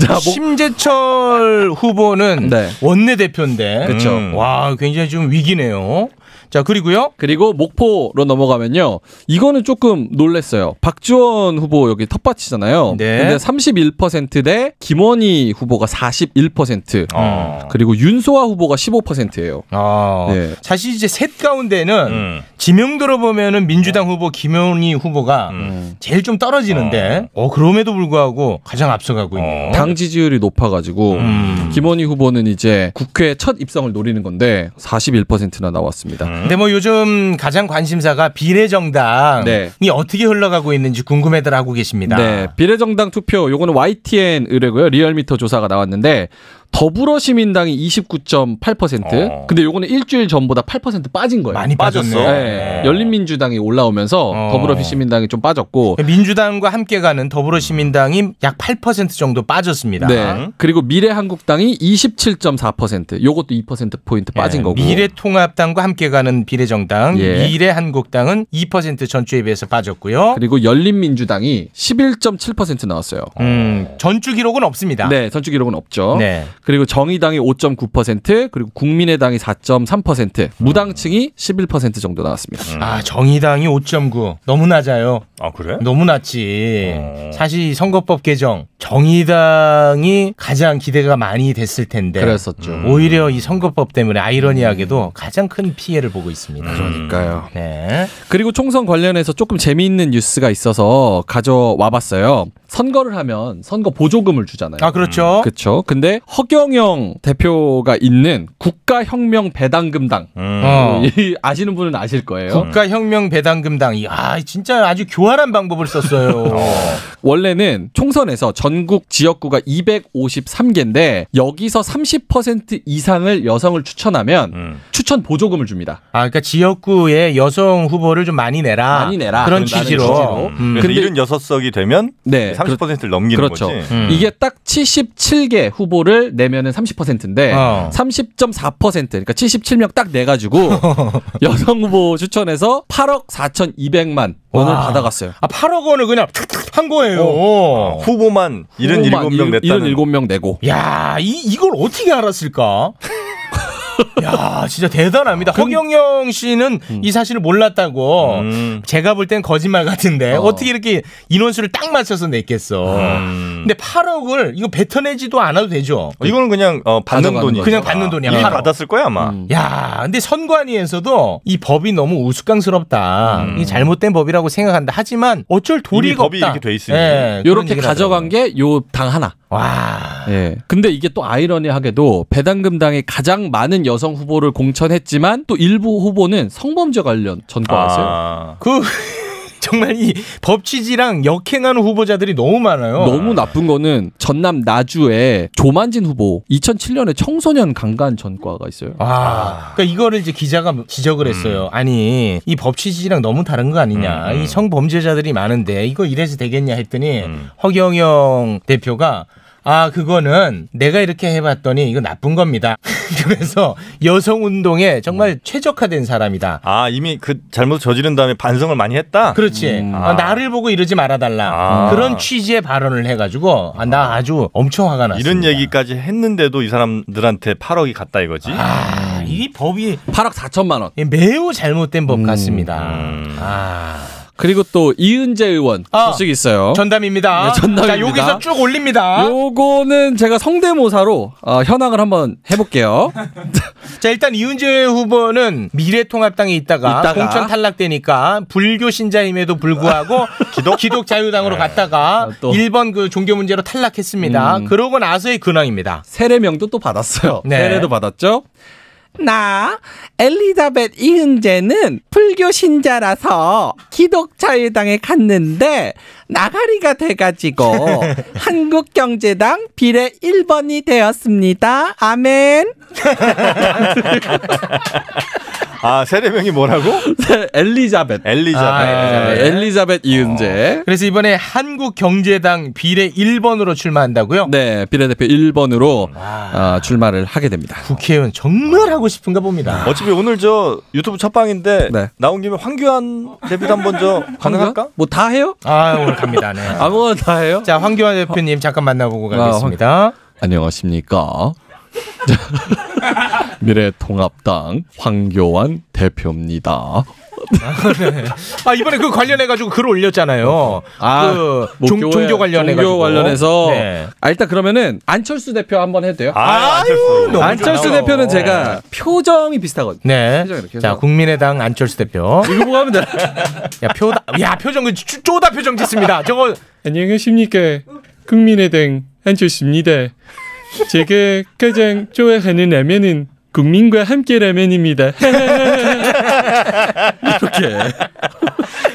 Speaker 9: 자, 목-
Speaker 5: 심재철 후보는
Speaker 9: 네.
Speaker 5: 원내 대표인데,
Speaker 9: 그쵸.
Speaker 5: 음. 와, 굉장히 좀 위기네요. 자, 그리고요.
Speaker 9: 그리고 목포로 넘어가면요. 이거는 조금 놀랬어요. 박지원 후보 여기 텃밭이잖아요.
Speaker 5: 네.
Speaker 9: 근데 31%대 김원희 후보가 41%.
Speaker 5: 어.
Speaker 9: 그리고 윤소아 후보가 15%예요.
Speaker 5: 아,
Speaker 9: 네.
Speaker 5: 사실 이제 셋 가운데는 지명도로 보면은 민주당 후보 김용희 후보가 제일 좀 떨어지는데, 어. 그럼에도 불구하고 가장 앞서가고 있네요.
Speaker 9: 어? 당 지지율이 높아가지고
Speaker 5: 음.
Speaker 9: 김원희 후보는 이제 국회 첫 입성을 노리는 건데 41%나 나왔습니다.
Speaker 5: 근데 뭐 요즘 가장 관심사가 비례정당이
Speaker 9: 네.
Speaker 5: 어떻게 흘러가고 있는지 궁금해들 하고 계십니다.
Speaker 9: 네, 비례정당 투표 요거는 YTN 의뢰고요. 리얼미터 조사가 나왔는데 더불어시민당이 29.8%. 근데 요거는 일주일 전보다 8% 빠진 거예요.
Speaker 5: 어. 많이 빠졌어.
Speaker 9: 네, 열린민주당이 올라오면서
Speaker 5: 어.
Speaker 9: 더불어시민당이 좀 빠졌고
Speaker 5: 민주당과 함께 가는 더불어시민당이 약 8% 정도 빠졌습니다.
Speaker 9: 네. 그리고 미래한국당이 27.4%. 요것도 2% 포인트 빠진
Speaker 5: 예,
Speaker 9: 거고.
Speaker 5: 미래통합당과 함께 가는 비례정당,
Speaker 9: 예.
Speaker 5: 미래한국당은 2% 전주에 비해서 빠졌고요.
Speaker 9: 그리고 열린민주당이 11.7% 나왔어요.
Speaker 5: 음, 전주 기록은 없습니다.
Speaker 9: 네, 선출 기록은 없죠.
Speaker 5: 네.
Speaker 9: 그리고 정의당이 5.9%, 그리고 국민의당이 4.3%, 무당층이 11% 정도 나왔습니다.
Speaker 5: 아, 정의당이 5.9. 너무 낮아요.
Speaker 4: 아 그래?
Speaker 5: 너무 낮지.
Speaker 9: 어.
Speaker 5: 사실 이 선거법 개정 정의당이 가장 기대가 많이 됐을 텐데
Speaker 9: 그랬었죠.
Speaker 5: 오히려
Speaker 9: 음.
Speaker 5: 이 선거법 때문에 아이러니하게도 가장 큰 피해를 보고 있습니다.
Speaker 9: 그러니까요.
Speaker 5: 네.
Speaker 9: 그리고 총선 관련해서 조금 재미있는 뉴스가 있어서 가져와 봤어요. 선거를 하면 선거 보조금을 주잖아요.
Speaker 5: 아 그렇죠.
Speaker 9: 그렇죠. 근데 허경영 대표가 있는 국가혁명 배당금당
Speaker 4: 음,
Speaker 5: 어.
Speaker 9: 이 아시는 분은 아실 거예요.
Speaker 5: 국가혁명 배당금당. 이야 진짜 아주 교활한 방법을
Speaker 9: [laughs]
Speaker 5: 썼어요.
Speaker 9: 원래는 총선에서 전국 지역구가 253개인데 여기서 30% 이상을 여성을 추천하면
Speaker 4: 음.
Speaker 9: 추천 보조금을 줍니다.
Speaker 5: 아 그러니까 지역구에 여성 후보를 좀 많이 내라.
Speaker 9: 많이 내라.
Speaker 5: 그런
Speaker 9: 그런다는
Speaker 5: 취지로.
Speaker 9: 취지로.
Speaker 5: 음.
Speaker 4: 그래서
Speaker 9: 근데-
Speaker 4: 76석이 되면
Speaker 9: 네,
Speaker 4: 30%를 넘기는
Speaker 9: 그렇죠.
Speaker 4: 거지.
Speaker 5: 음.
Speaker 9: 이게 딱 77개 후보를 내면은 30%인데
Speaker 5: 어.
Speaker 9: 30.4% 그러니까 77명 딱
Speaker 5: [laughs]
Speaker 9: 내가지고 여성 후보 추천해서 8억 4,200만 원을
Speaker 5: 와.
Speaker 9: 받아갔어요.
Speaker 5: 아 8억 원을 그냥 탁탁 한
Speaker 9: 어.
Speaker 5: 거예요.
Speaker 4: 어,
Speaker 5: 어.
Speaker 4: 후보만 77명 냈다는
Speaker 9: 77명 내고
Speaker 5: 야, 이, 이걸 어떻게
Speaker 4: [laughs]
Speaker 5: 알았을까? 야, 진짜 대단합니다. 허경영 씨는 이 사실을 몰랐다고.
Speaker 4: 음.
Speaker 5: 제가 볼 땐 거짓말 같은데
Speaker 9: 어.
Speaker 5: 어. 떻게 이렇게 인원수를 딱 맞춰서 냈겠어. 근데 8억을 이거 뱉어내지도 않아도 되죠.
Speaker 4: 이거는 그냥 음. 어, 받는
Speaker 9: 가져가는
Speaker 4: 돈이
Speaker 9: 거죠.
Speaker 5: 그냥 받는 돈이야.
Speaker 4: 이미
Speaker 5: 바로. 음.
Speaker 4: 받았을 거야 아마.
Speaker 5: 야, 근데 선관위에서도 이 법이 너무 우스꽝스럽다. 이 잘못된 법이라고 생각한다. 하지만 어쩔
Speaker 4: 음. 이미
Speaker 5: 도리가
Speaker 4: 법이
Speaker 5: 없다.
Speaker 4: 이렇게 돼 있으니.
Speaker 5: 예, 그런
Speaker 9: 요렇게
Speaker 5: 얘기를
Speaker 9: 가져간
Speaker 5: 하더라고요.
Speaker 9: 게 요 당 하나.
Speaker 5: 와.
Speaker 9: 예. 근데 이게 또 아이러니하게도 배당금 당이 가장 많은 여성 후보를 공천했지만 또 일부 후보는 성범죄 관련 전과였어요.
Speaker 4: 아,
Speaker 5: 그 [laughs] 정말 이 법 취지랑 역행하는 후보자들이 너무 많아요.
Speaker 9: 너무 나쁜 거는 전남 나주에 조만진 후보 2007년에 청소년 강간 전과가 있어요.
Speaker 5: 아, 그러니까 이거를 이제 기자가 지적을 했어요.
Speaker 9: 음.
Speaker 5: 아니 이 법 취지랑 너무 다른 거 아니냐. 이 성범죄자들이 많은데 이거 이래서 되겠냐 했더니
Speaker 9: 음.
Speaker 5: 허경영 대표가 아 그거는 내가 이렇게 해봤더니 이거 나쁜 겁니다. [laughs] 그래서 여성 운동에 정말
Speaker 9: 음.
Speaker 5: 최적화된 사람이다.
Speaker 4: 아, 이미 그 잘못 저지른 다음에 반성을 많이 했다.
Speaker 5: 그렇지. 아, 나를 보고 이러지 말아달라.
Speaker 4: 아.
Speaker 5: 그런 취지의 발언을 해가지고 아, 나 아주 엄청 화가 났습니다.
Speaker 4: 이런 얘기까지 했는데도 이 사람들한테 8억이 갔다 이거지.
Speaker 5: 아, 이 법이
Speaker 9: 8억 4천만 원.
Speaker 5: 매우 잘못된 법 같습니다.
Speaker 4: 음.
Speaker 5: 아.
Speaker 9: 그리고 또 이은재 의원
Speaker 5: 아.
Speaker 9: 소식이 있어요.
Speaker 5: 전담입니다.
Speaker 9: 네, 전담입니다.
Speaker 5: 자, 여기서 쭉 올립니다. [laughs]
Speaker 9: 요거는 제가 성대모사로 어, 현황을 한번 해볼게요.
Speaker 5: 자 일단 이은재 후보는 미래통합당에 있다가,
Speaker 8: 있다가.
Speaker 5: 공천 탈락되니까 불교 신자임에도 불구하고 기독 자유당으로 갔다가
Speaker 9: 아, 또.
Speaker 5: 1번 그 종교 문제로 탈락했습니다. 그러고 나서의 근황입니다.
Speaker 9: 세례명도 또 받았어요.
Speaker 5: 네.
Speaker 9: 세례도 받았죠.
Speaker 10: 나 엘리자벳 이은재는 불교 신자라서 기독자유당에 갔는데 나가리가
Speaker 4: [laughs]
Speaker 10: 돼가지고 한국경제당 비례 1번이 되었습니다.
Speaker 4: [laughs]
Speaker 10: 아멘.
Speaker 4: 아 세례명이 뭐라고?
Speaker 9: 엘리자벳.
Speaker 4: 엘리자벳.
Speaker 5: 아,
Speaker 9: 네, 엘리자벳 이은재.
Speaker 5: 그래서 이번에 한국경제당 비례 1번으로 출마한다고요?
Speaker 4: 어.
Speaker 9: 네, 비례대표 1번으로 어, 출마를 하게 됩니다.
Speaker 5: 국회의원 정말 하고 싶은가 봅니다.
Speaker 4: 어차피 오늘 저 유튜브 첫방인데
Speaker 9: 네.
Speaker 4: 나온 김에 황교안 대표도 한번 저 가능할까?
Speaker 9: 뭐 다 해요?
Speaker 5: 아 오늘 갑니다. 네.
Speaker 9: 아무거나 다 해요?
Speaker 5: 자 황교안 대표님 잠깐 만나보고
Speaker 9: 아,
Speaker 5: 가겠습니다.
Speaker 9: 안녕하십니까. [laughs] 미래통합당 황교안 대표입니다.
Speaker 5: 아 이번에 그 관련해 가지고 글 올렸잖아요.
Speaker 9: 아,
Speaker 5: 그
Speaker 9: 뭐
Speaker 5: 종,
Speaker 9: 교회,
Speaker 5: 종교 관련해 가지고
Speaker 9: 종교 관련해서
Speaker 5: 네.
Speaker 9: 아 일단 그러면은 안철수 대표 한번 해도 돼요?
Speaker 4: 아, 안철수.
Speaker 11: 그
Speaker 5: 너무
Speaker 9: 안철수
Speaker 5: 좋아요. 어.
Speaker 9: 대표는
Speaker 11: 네.
Speaker 9: 제가 표정이 비슷하거든요.
Speaker 5: 네.
Speaker 9: 표정 이렇게 해서.
Speaker 5: 자 국민의당 안철수 대표.
Speaker 9: 이거 보고 하면 돼.
Speaker 5: 야 표다. 야 표정 그 쪼- 쪼다 표정 짓습니다. 저거
Speaker 11: [laughs] 안녕하십니까. 국민의당 안철수입니다. 제가 가장 좋아하는 라면은 국민과 함께
Speaker 9: [laughs]
Speaker 11: 라면입니다. [laughs]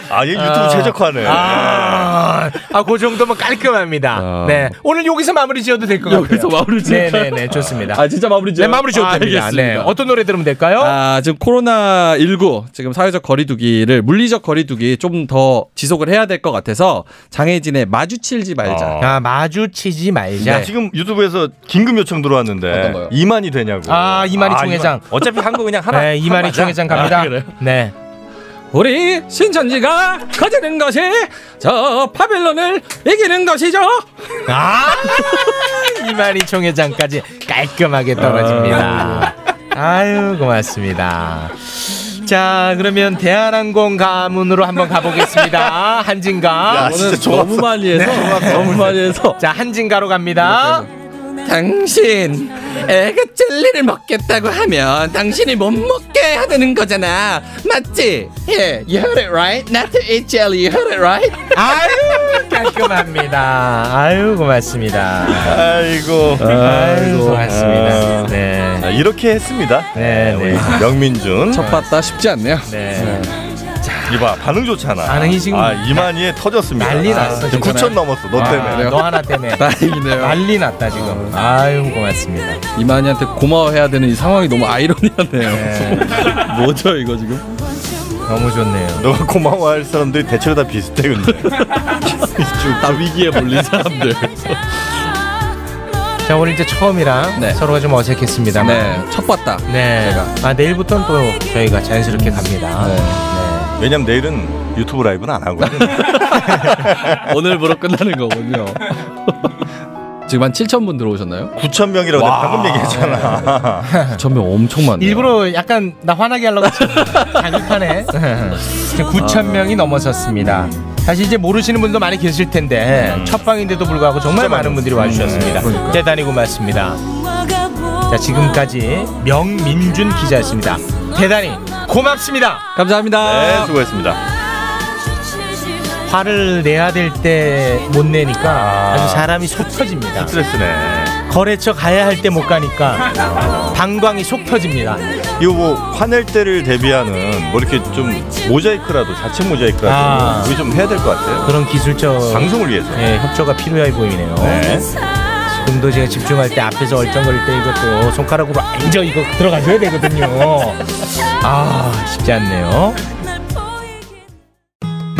Speaker 4: 아얘 유튜브 최적화네.
Speaker 5: 아, 아그 정도면 깔끔합니다.
Speaker 9: 아.
Speaker 5: 네. 오늘 여기서 마무리 지어도 될 것 같아요.
Speaker 9: 여기서 마무리 지을까요?
Speaker 5: 네네네 좋습니다.
Speaker 9: 아 진짜 마무리
Speaker 5: 네
Speaker 9: 지어요?
Speaker 5: 마무리 지어도
Speaker 9: 아,
Speaker 5: 됩니다.
Speaker 9: 알겠습니다.
Speaker 5: 네. 어떤 노래 들으면 될까요?
Speaker 9: 아, 지금 코로나 19 지금 사회적 거리두기를 물리적 거리두기 좀 더 지속을 해야 될 것 같아서 장애진의 마주칠지
Speaker 4: 어.
Speaker 9: 말자.
Speaker 5: 아 마주치지 말자.
Speaker 4: 야, 지금 유튜브에서 긴급 요청
Speaker 9: 어떤
Speaker 4: 들어왔는데
Speaker 9: 거요?
Speaker 4: 이만이 되냐고.
Speaker 5: 아, 이만희 총회장.
Speaker 4: 이만. 어차피 한 거 그냥
Speaker 5: [laughs]
Speaker 4: 하나. 아,
Speaker 5: 네 이만희 총회장 갑니다. 네.
Speaker 9: 우리 신천지가 가지는 것이 저 파벨론을 이기는 것이죠.
Speaker 5: 아 [laughs] 이만희 총회장까지 깔끔하게 떨어집니다. 아유 고맙습니다. 자 그러면 대한항공 가문으로 한번 가보겠습니다. 한진가.
Speaker 4: 아, 진짜 좋았어.
Speaker 9: 너무 많이 해서 [laughs] 너무 많이 해서
Speaker 5: 자 한진가로 갑니다.
Speaker 10: 당신 애가 젤리를 먹겠다고 하면 당신이 못 먹게 하는 거잖아. 맞지? Yeah, you heard it right. Not to eat jelly. You heard it right.
Speaker 5: 아유 깔끔합니다. 아유 고맙습니다.
Speaker 4: 아이고.
Speaker 5: 아유 고맙습니다. 네.
Speaker 4: 자, 이렇게 했습니다.
Speaker 5: 네, 네.
Speaker 4: 명민준.
Speaker 9: 첫 봤다
Speaker 10: [laughs]
Speaker 9: 쉽지 않네요.
Speaker 5: 네.
Speaker 4: 이봐 반응 좋잖아.
Speaker 5: 반응이 지금
Speaker 4: 아 이만희에 터졌습니다.
Speaker 5: 난리 났어,
Speaker 4: 지금
Speaker 5: 지금.
Speaker 4: 9천 넘었어. 너
Speaker 5: 아,
Speaker 4: 때문에.
Speaker 5: 너 하나
Speaker 9: [laughs]
Speaker 5: 때문에
Speaker 9: 다행이네요.
Speaker 5: 난리 났다 지금. 아유 고맙습니다.
Speaker 9: 아, 이만희한테 고마워해야 되는 이 상황이 너무 아이러니하네요. [laughs] 뭐죠 이거 지금?
Speaker 5: 너무 좋네요.
Speaker 4: 너가 고마워할 사람들이 대체로 다 비슷해 근데.
Speaker 9: 다 위기에 몰린 사람들.
Speaker 5: 자 오늘 이제 처음이라
Speaker 9: 네.
Speaker 5: 서로가 좀 어색했습니다만
Speaker 9: 네, 첫 봤다.
Speaker 5: 네. 아 내일부터는 또 저희가 자연스럽게 갑니다
Speaker 9: 네.
Speaker 4: 왜냐면 내일은 유튜브 라이브는 안 하거든.
Speaker 9: [laughs] 오늘부로 끝나는 [laughs] 거군요. 지금 한 7천 분 들어오셨나요?
Speaker 4: 9천 명이라고 내가 방금
Speaker 9: 네.
Speaker 4: 얘기했잖아.
Speaker 9: 9천 명 엄청 많네요.
Speaker 5: 일부러 약간 나 화나게 하려고 [laughs] 자극하네 지금 9천 명이 넘어섰습니다 사실 이제 모르시는 분도 많이 계실 텐데 첫 방인데도 불구하고 정말 많은 분들이 와주셨습니다 대단히 고맙습니다 자 지금까지 명민준 기자였습니다 대단히 고맙습니다 그러니까
Speaker 9: 감사합니다.
Speaker 4: 네 수고했습니다.
Speaker 5: 화를 내야 될 때 못 내니까 아주 사람이 속 터집니다
Speaker 4: 스트레스네.
Speaker 5: 거래처 가야 할 때 못 [laughs] 가니까 방광이 속 터집니다.
Speaker 4: 이거 뭐 화낼 때를 대비하는 뭐 이렇게 좀 모자이크라도 자체
Speaker 5: 아.
Speaker 4: 모자이크라도 우리 좀 해야 될 것 같아요.
Speaker 5: 그런 기술적
Speaker 4: 방송을 위해서.
Speaker 5: 예, 협조가 필요해 보이네요.
Speaker 4: 네.
Speaker 5: 지금도 제가 집중할 때 앞에서 얼쩡거릴 때 이것도 손가락으로 앉아 이거 들어가줘야 되거든요. 아 쉽지 않네요.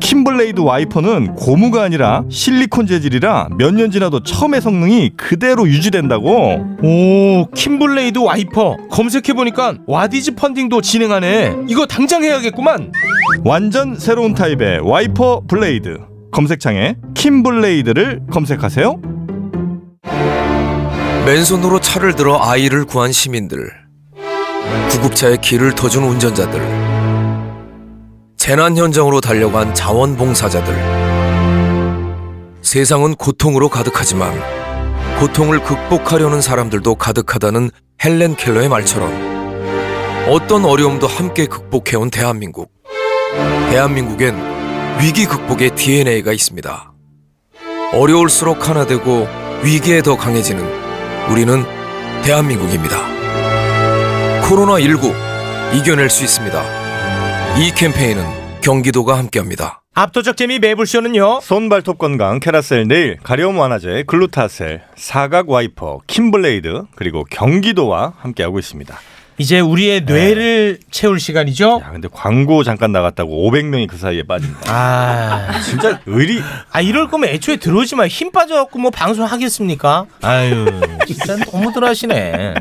Speaker 4: 킴블레이드 와이퍼는 고무가 아니라 실리콘 재질이라 몇 년 지나도 처음의 성능이 그대로 유지된다고
Speaker 5: 오 킴블레이드 와이퍼 검색해보니까 와디즈 펀딩도 진행하네 이거 당장 해야겠구만
Speaker 4: 완전 새로운 타입의 와이퍼 블레이드 검색창에 킴블레이드를 검색하세요
Speaker 12: 맨손으로 차를 들어 아이를 구한 시민들, 구급차에 길을 터준 운전자들, 재난 현장으로 달려간 자원봉사자들. 세상은 고통으로 가득하지만 고통을 극복하려는 사람들도 가득하다는 헬렌 켈러의 말처럼 어떤 어려움도 함께 극복해온 대한민국. 대한민국엔 위기 극복의 DNA가 있습니다. 어려울수록 하나 되고 위기에 더 강해지는 우리는 대한민국입니다. 코로나19 이겨낼 수 있습니다. 이 캠페인은 경기도가 함께합니다.
Speaker 5: 압도적 재미 매불쇼는요
Speaker 4: 손발톱 건강 캐라셀 네일 가려움 완화제 글루타셀 사각 와이퍼 킴블레이드 그리고 경기도와 함께하고 있습니다
Speaker 5: 이제 우리의 뇌를 채울 시간이죠
Speaker 4: 야 근데 광고 잠깐 나갔다고 500명이 그 사이에 빠진다
Speaker 5: 아
Speaker 4: 진짜 의리
Speaker 5: 아 이럴 거면 애초에 들어오지 마. 힘 빠져갖고 뭐 방송 하겠습니까? 아유 진짜 너무들 하시네.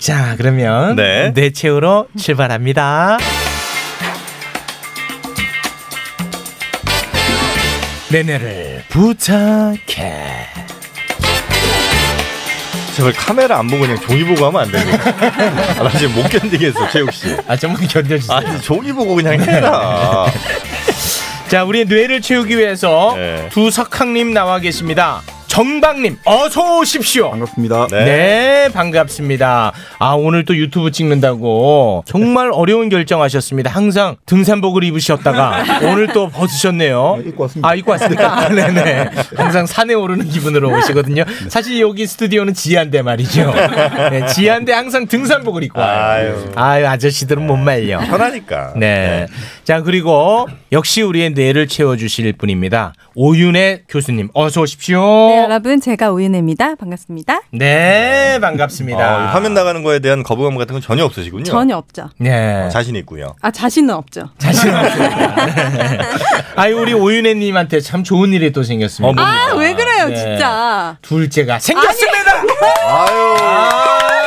Speaker 5: 자 그러면
Speaker 4: 네.
Speaker 5: 뇌 채우러 출발합니다. 내내를 부탁해.
Speaker 4: 제발 카메라 안 보고 그냥 종이 보고 하면 안 됩니까? 아, 나 지금 못 견디겠어 최욱 씨.
Speaker 5: 아 정말 견뎌주세요.
Speaker 4: 아니 종이 보고 그냥 해라. 아,
Speaker 5: 자 우리의 뇌를 채우기 위해서
Speaker 4: 네.
Speaker 5: 두 석학님 나와 계십니다. 정박님 어서 오십시오.
Speaker 13: 반갑습니다.
Speaker 5: 네. 반갑습니다. 아 오늘 또 유튜브 찍는다고 정말 어려운 결정하셨습니다. 항상 등산복을 [laughs] 입으셨다가 오늘 또 벗으셨네요. 입고 왔습니다. 아 입고 [laughs] 왔습니까? 아, 네네. 항상 산에 오르는 기분으로 오시거든요. 사실 여기 스튜디오는 지한데 말이죠. 네, 지한데 항상 등산복을 입고 와요. 아유, 아저씨들은 못 말려.
Speaker 4: 편하니까.
Speaker 5: 네. 자 그리고 역시 우리의 뇌를 채워주실 분입니다. 오윤혜 교수님 어서 오십시오.
Speaker 14: 네, 여러분 제가 오윤혜입니다. 반갑습니다.
Speaker 5: 네, 반갑습니다.
Speaker 4: 어, 화면 나가는 거에 대한 거부감 같은 건 전혀 없으시군요.
Speaker 14: 전혀 없죠.
Speaker 5: 네.
Speaker 4: 어, 자신 있고요.
Speaker 14: 아 자신은 없죠.
Speaker 4: [laughs]
Speaker 5: 네. 아이 우리 오윤혜님한테 참 좋은 일이 또
Speaker 4: 어,
Speaker 5: 생겼습니다.
Speaker 14: 아 왜 그래요
Speaker 5: 네.
Speaker 14: 진짜.
Speaker 5: 둘째가 생겼습니다.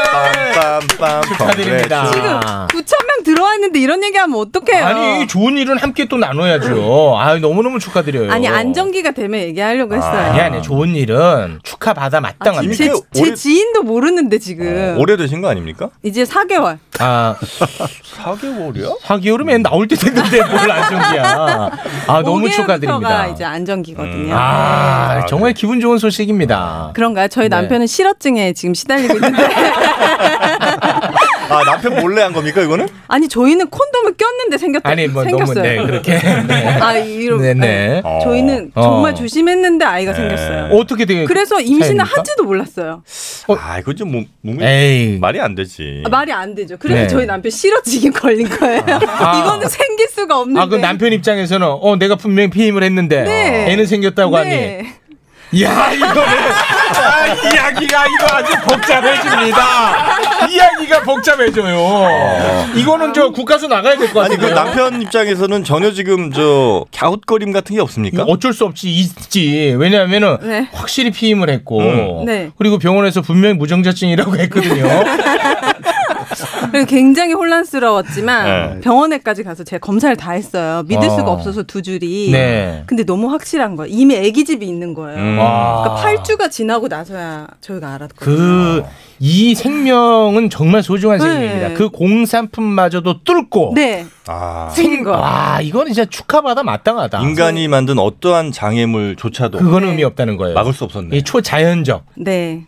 Speaker 4: 빰빰빰 네,
Speaker 5: 축하드립니다.
Speaker 14: 지금 9천 명 들어왔는데 이런 얘기하면 어떡해요?
Speaker 5: 아. 아니 좋은 일은 함께 또 나눠야죠. 아 너무 너무 축하드려요.
Speaker 14: 음. 아니, 안정기가 되면 얘기하려고 했어요.
Speaker 5: 아니 아니 좋은 일은 축하 받아 마땅합니다. 그 어,
Speaker 14: 제, 제 지인도 모르는데 지금
Speaker 4: 되신 거 아닙니까?
Speaker 14: 이제 4개월.
Speaker 5: 아
Speaker 4: 4개월이요?
Speaker 5: 4개월이면 나올 때 됐는데 뭘 안정기야. 아 너무
Speaker 14: 5개월부터가
Speaker 5: 축하드립니다.
Speaker 14: 이제 안정기거든요.
Speaker 5: 아 정말
Speaker 4: 네.
Speaker 5: 기분 좋은 소식입니다.
Speaker 14: 그런가요?
Speaker 5: 네.
Speaker 14: 저희 남편은 실업증에 지금 시달리고 있는데
Speaker 5: [laughs]
Speaker 4: 아 남편 몰래 한 겁니까 이거는?
Speaker 14: 아니 저희는 콘돔을 꼈는데 생겼다
Speaker 5: 아니 뭐
Speaker 14: 생겼어요.
Speaker 5: 너무 네
Speaker 14: [laughs]
Speaker 5: 그렇게
Speaker 14: 아 이런
Speaker 5: 네네.
Speaker 14: 아니, 저희는
Speaker 5: 어. 네.
Speaker 14: 정말 조심했는데 아이가 생겼어요.
Speaker 4: 네.
Speaker 5: 어떻게 돼?
Speaker 14: 그래서 임신을
Speaker 5: 차입니까?
Speaker 14: 한지도 몰랐어요.
Speaker 4: 아 이건 좀 뭐, 뭐,
Speaker 5: 에이
Speaker 4: 말이 안 되지.
Speaker 14: 아, 말이 안 되죠. 그래서
Speaker 5: 네.
Speaker 14: 저희 남편 실어지기 걸린 거예요.
Speaker 5: 아.
Speaker 14: [laughs] 이거는 생길 수가 없는데.
Speaker 5: 아, 그 남편 입장에서는 어 내가 분명히 피임을 했는데
Speaker 14: 네.
Speaker 5: 애는 생겼다고 하니.
Speaker 14: 네.
Speaker 5: 야 이거는 아, 이야기가 이거 아주 복잡해집니다. 이야기가 복잡해져요. 이거는 저 국가서 나가야 될 것
Speaker 4: 어. 아니 그
Speaker 5: 같은데요.
Speaker 4: 남편 입장에서는 전혀 지금 저 갸웃거림 같은 게 없습니까?
Speaker 5: 어쩔 수 없이 있지. 왜냐하면은
Speaker 14: 네.
Speaker 5: 확실히 피임을 했고
Speaker 14: 음. 네. [laughs]
Speaker 5: 그리고 병원에서 분명히 무정자증이라고 했거든요.
Speaker 14: 그래서 굉장히 혼란스러웠지만
Speaker 3: 네.
Speaker 14: 병원에까지 가서 제가 검사를 다 했어요. 믿을
Speaker 5: 아.
Speaker 3: 어.
Speaker 14: 수가 없어서 두 줄이.
Speaker 3: 네.
Speaker 14: 근데 너무 확실한 거예요. 이미 아기집이 있는 거예요.
Speaker 5: 음. 와.
Speaker 14: 그러니까 8주가 지나고 나서야 저희가 알았거든요.
Speaker 5: 그 이 생명은 정말 소중한 생명입니다. 그 공산품마저도 뚫고
Speaker 14: 네.
Speaker 4: 아.
Speaker 14: 생긴 거.
Speaker 5: 와 이거는 진짜 축하받아 마땅하다.
Speaker 4: 인간이 만든 어떠한 장애물조차도
Speaker 5: 아. 그건 의미 없다는 거예요.
Speaker 4: 막을 수 없었네.
Speaker 5: 이 초자연적
Speaker 14: 네.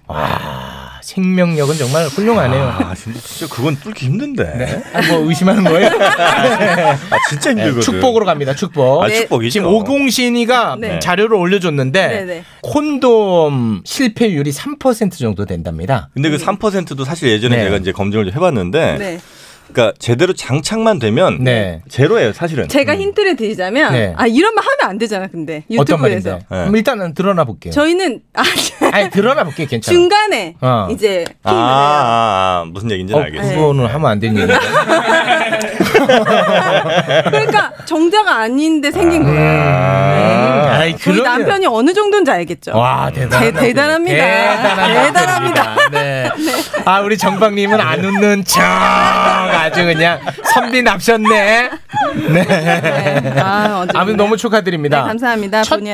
Speaker 5: 생명력은 정말 훌륭하네요.
Speaker 4: 아, 진짜, 진짜 그건 뚫기 힘든데.
Speaker 5: 아, 뭐 의심하는
Speaker 4: [laughs]
Speaker 5: 거예요?
Speaker 4: 아, 진짜
Speaker 5: 네,
Speaker 4: 힘들거든.
Speaker 5: 축복으로 갑니다. 축복.
Speaker 4: 아, 네. 축복이죠.
Speaker 5: 지금 오공신이가
Speaker 4: 네.
Speaker 5: 자료를 올려줬는데
Speaker 4: 네, 네.
Speaker 5: 콘돔 실패율이 3% 정도 된답니다.
Speaker 4: 근데 그 3%도 사실 예전에
Speaker 5: 네.
Speaker 4: 제가 이제 검증을 좀 해봤는데,
Speaker 14: 네.
Speaker 4: 그러니까 제대로 장착만 되면
Speaker 5: 네.
Speaker 4: 제로예요, 사실은.
Speaker 14: 제가 힌트를 드리자면
Speaker 4: 네.
Speaker 14: 아 이런 말 하면 안 되잖아 근데
Speaker 5: 음. 어떤
Speaker 14: 유튜브에서
Speaker 5: 말인데? 그럼 일단은 드러나 볼게요.
Speaker 14: 저희는
Speaker 5: [laughs]
Speaker 14: 아,
Speaker 5: 아니 드러나 볼게요. 괜찮아.
Speaker 14: 중간에
Speaker 5: 어.
Speaker 14: 이제
Speaker 4: 아, 아, 아, 무슨 얘기인지 는 알겠어요.
Speaker 5: 그거는 하면 안 되는 얘기예요.
Speaker 14: 그러니까 정자가 아닌데 생긴 거예요. 네.
Speaker 5: 아이,
Speaker 14: 저희
Speaker 5: 그러면-
Speaker 14: 남편이 어느 정도인지 알겠죠.
Speaker 5: 와 대단.
Speaker 14: 대- 대단합니다.
Speaker 5: 대단합니다.
Speaker 14: [laughs]
Speaker 5: 네. 아 우리 정박님은 안 웃는 척 아주 그냥 선비 납셨네. 네.
Speaker 14: 아,
Speaker 5: 아무튼 너무 축하드립니다.
Speaker 14: 네, 감사합니다. 본의 아니게.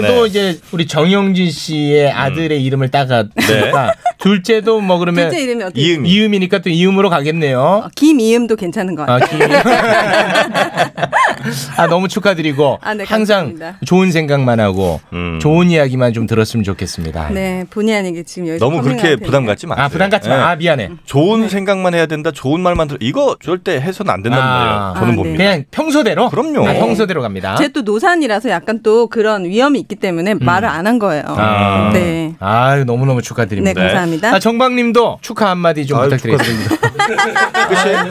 Speaker 5: 첫째도
Speaker 14: 네.
Speaker 5: 이제 우리 정영진 씨의 아들의 이름을 따가니까
Speaker 14: 음. 네.
Speaker 5: 둘째도 뭐 그러면
Speaker 14: 둘째 이름이 어떻게
Speaker 5: 이음. 이음이니까 또 이음으로 가겠네요.
Speaker 14: 김이음도 괜찮은 것
Speaker 5: 아,
Speaker 14: 같아요. [laughs]
Speaker 5: 김- 아 너무 축하드리고
Speaker 14: 아, 네,
Speaker 5: 항상
Speaker 14: 감사합니다.
Speaker 5: 좋은 생각만 하고
Speaker 14: 음.
Speaker 4: 음.
Speaker 5: 음. 좋은 이야기만 좀 들었으면 좋겠습니다.
Speaker 14: 네, 본의 아니게 지금 여기서
Speaker 4: 너무 그렇게
Speaker 14: 커밍아웃
Speaker 4: 부담
Speaker 14: 했네요.
Speaker 4: 갖지 마세요.
Speaker 5: 아, 부담 갖지 마. 아, 미안해.
Speaker 13: 음.
Speaker 4: 좋은 생각만 해야 된다. 좋은 말만 들어. 이거 절대 해서는 안 된다는
Speaker 5: 아.
Speaker 4: 거예요. 저는
Speaker 5: 아, 네.
Speaker 4: 봅니다.
Speaker 5: 그냥 평소대로.
Speaker 4: 그럼요.
Speaker 5: 아, 평소대로 갑니다.
Speaker 14: 제가 또 노산이라서 약간 또 그런 위험이 있기 때문에 말을 안 한 거예요.
Speaker 5: 아,
Speaker 14: 네.
Speaker 5: 아유, 너무너무 축하드립니다.
Speaker 14: 네, 감사합니다.
Speaker 5: 아, 정박님도 축하 한마디 좀 부탁드리겠습니다.
Speaker 13: [laughs]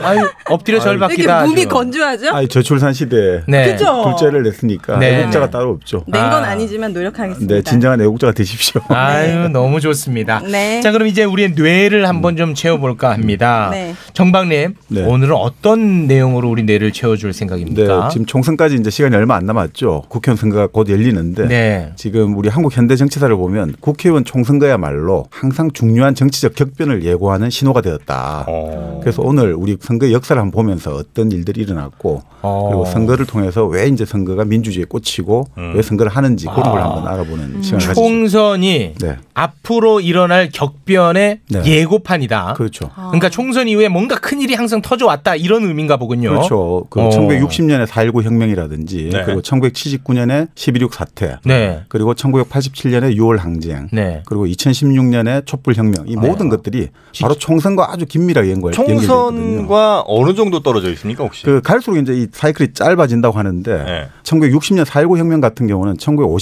Speaker 5: [laughs] 아유, 엎드려 절
Speaker 14: 이렇게
Speaker 5: 받기다.
Speaker 14: 몸이
Speaker 5: 아주.
Speaker 14: 건조하죠?
Speaker 13: 아니 저출산 시대에
Speaker 5: 네.
Speaker 14: 그죠?
Speaker 13: 둘째를 냈으니까
Speaker 5: 네.
Speaker 13: 애국자가 따로 없죠.
Speaker 14: 낸 건 아니지만 노력하겠습니다.
Speaker 13: 네, 진정한 애국자가 되십시오.
Speaker 4: [laughs]
Speaker 5: 아유, 너무 좋습니다.
Speaker 14: 네.
Speaker 5: 자, 그럼 이제 우리의 뇌를
Speaker 13: 음.
Speaker 5: 한번 좀 채워볼까 합니다.
Speaker 14: 네.
Speaker 5: 정박님, 오늘은 어떤 내용으로 우리 뇌를 채워줄 생각입니까?
Speaker 13: 네, 지금 총선까지 이제 시간이 얼마 안 남았죠. 국회의원 선거가 곧 열리는데
Speaker 5: 네.
Speaker 13: 지금 우리 한국 현대 정치사를 보면 국회의원 총선거야말로 항상 중요한 정치적 격변을 예고하는 신호가 되었다.
Speaker 4: 어.
Speaker 13: 그래서 오늘 우리 선거의 역사를 한번 보면서 어떤 일들이 일어났고 그리고 선거를 통해서 왜 이제 선거가 민주주의에 꽂히고 왜 선거를 하는지 그런 걸
Speaker 5: 아.
Speaker 13: 한번 알아보는 시간을 가지죠.
Speaker 5: 총선이
Speaker 13: 네.
Speaker 5: 앞으로 일어날 격변의
Speaker 13: 네.
Speaker 5: 예고판이다. 그렇죠. 그러니까 총선 이후에 뭔가 큰 일이 항상 터져왔다 이런 의미인가 보군요.
Speaker 13: 그렇죠. 그
Speaker 5: 어.
Speaker 13: 1960년에 4.19 혁명이라든지
Speaker 5: 네.
Speaker 13: 그리고 1979년에 11.6 사태
Speaker 5: 네.
Speaker 13: 그리고 1987년에 6월 항쟁
Speaker 5: 네.
Speaker 13: 그리고 2016년에 촛불 혁명 이 모든 것들이 바로 총선과 아주 긴밀하게 연결, 연결되거든요.
Speaker 4: 총선과 어느 정도 떨어져 있습니까 혹시?
Speaker 13: 그 네, 갈수록 이제 이 사이클이 짧아진다고 하는데
Speaker 4: 네.
Speaker 13: 1960년 4.19 혁명 같은 경우는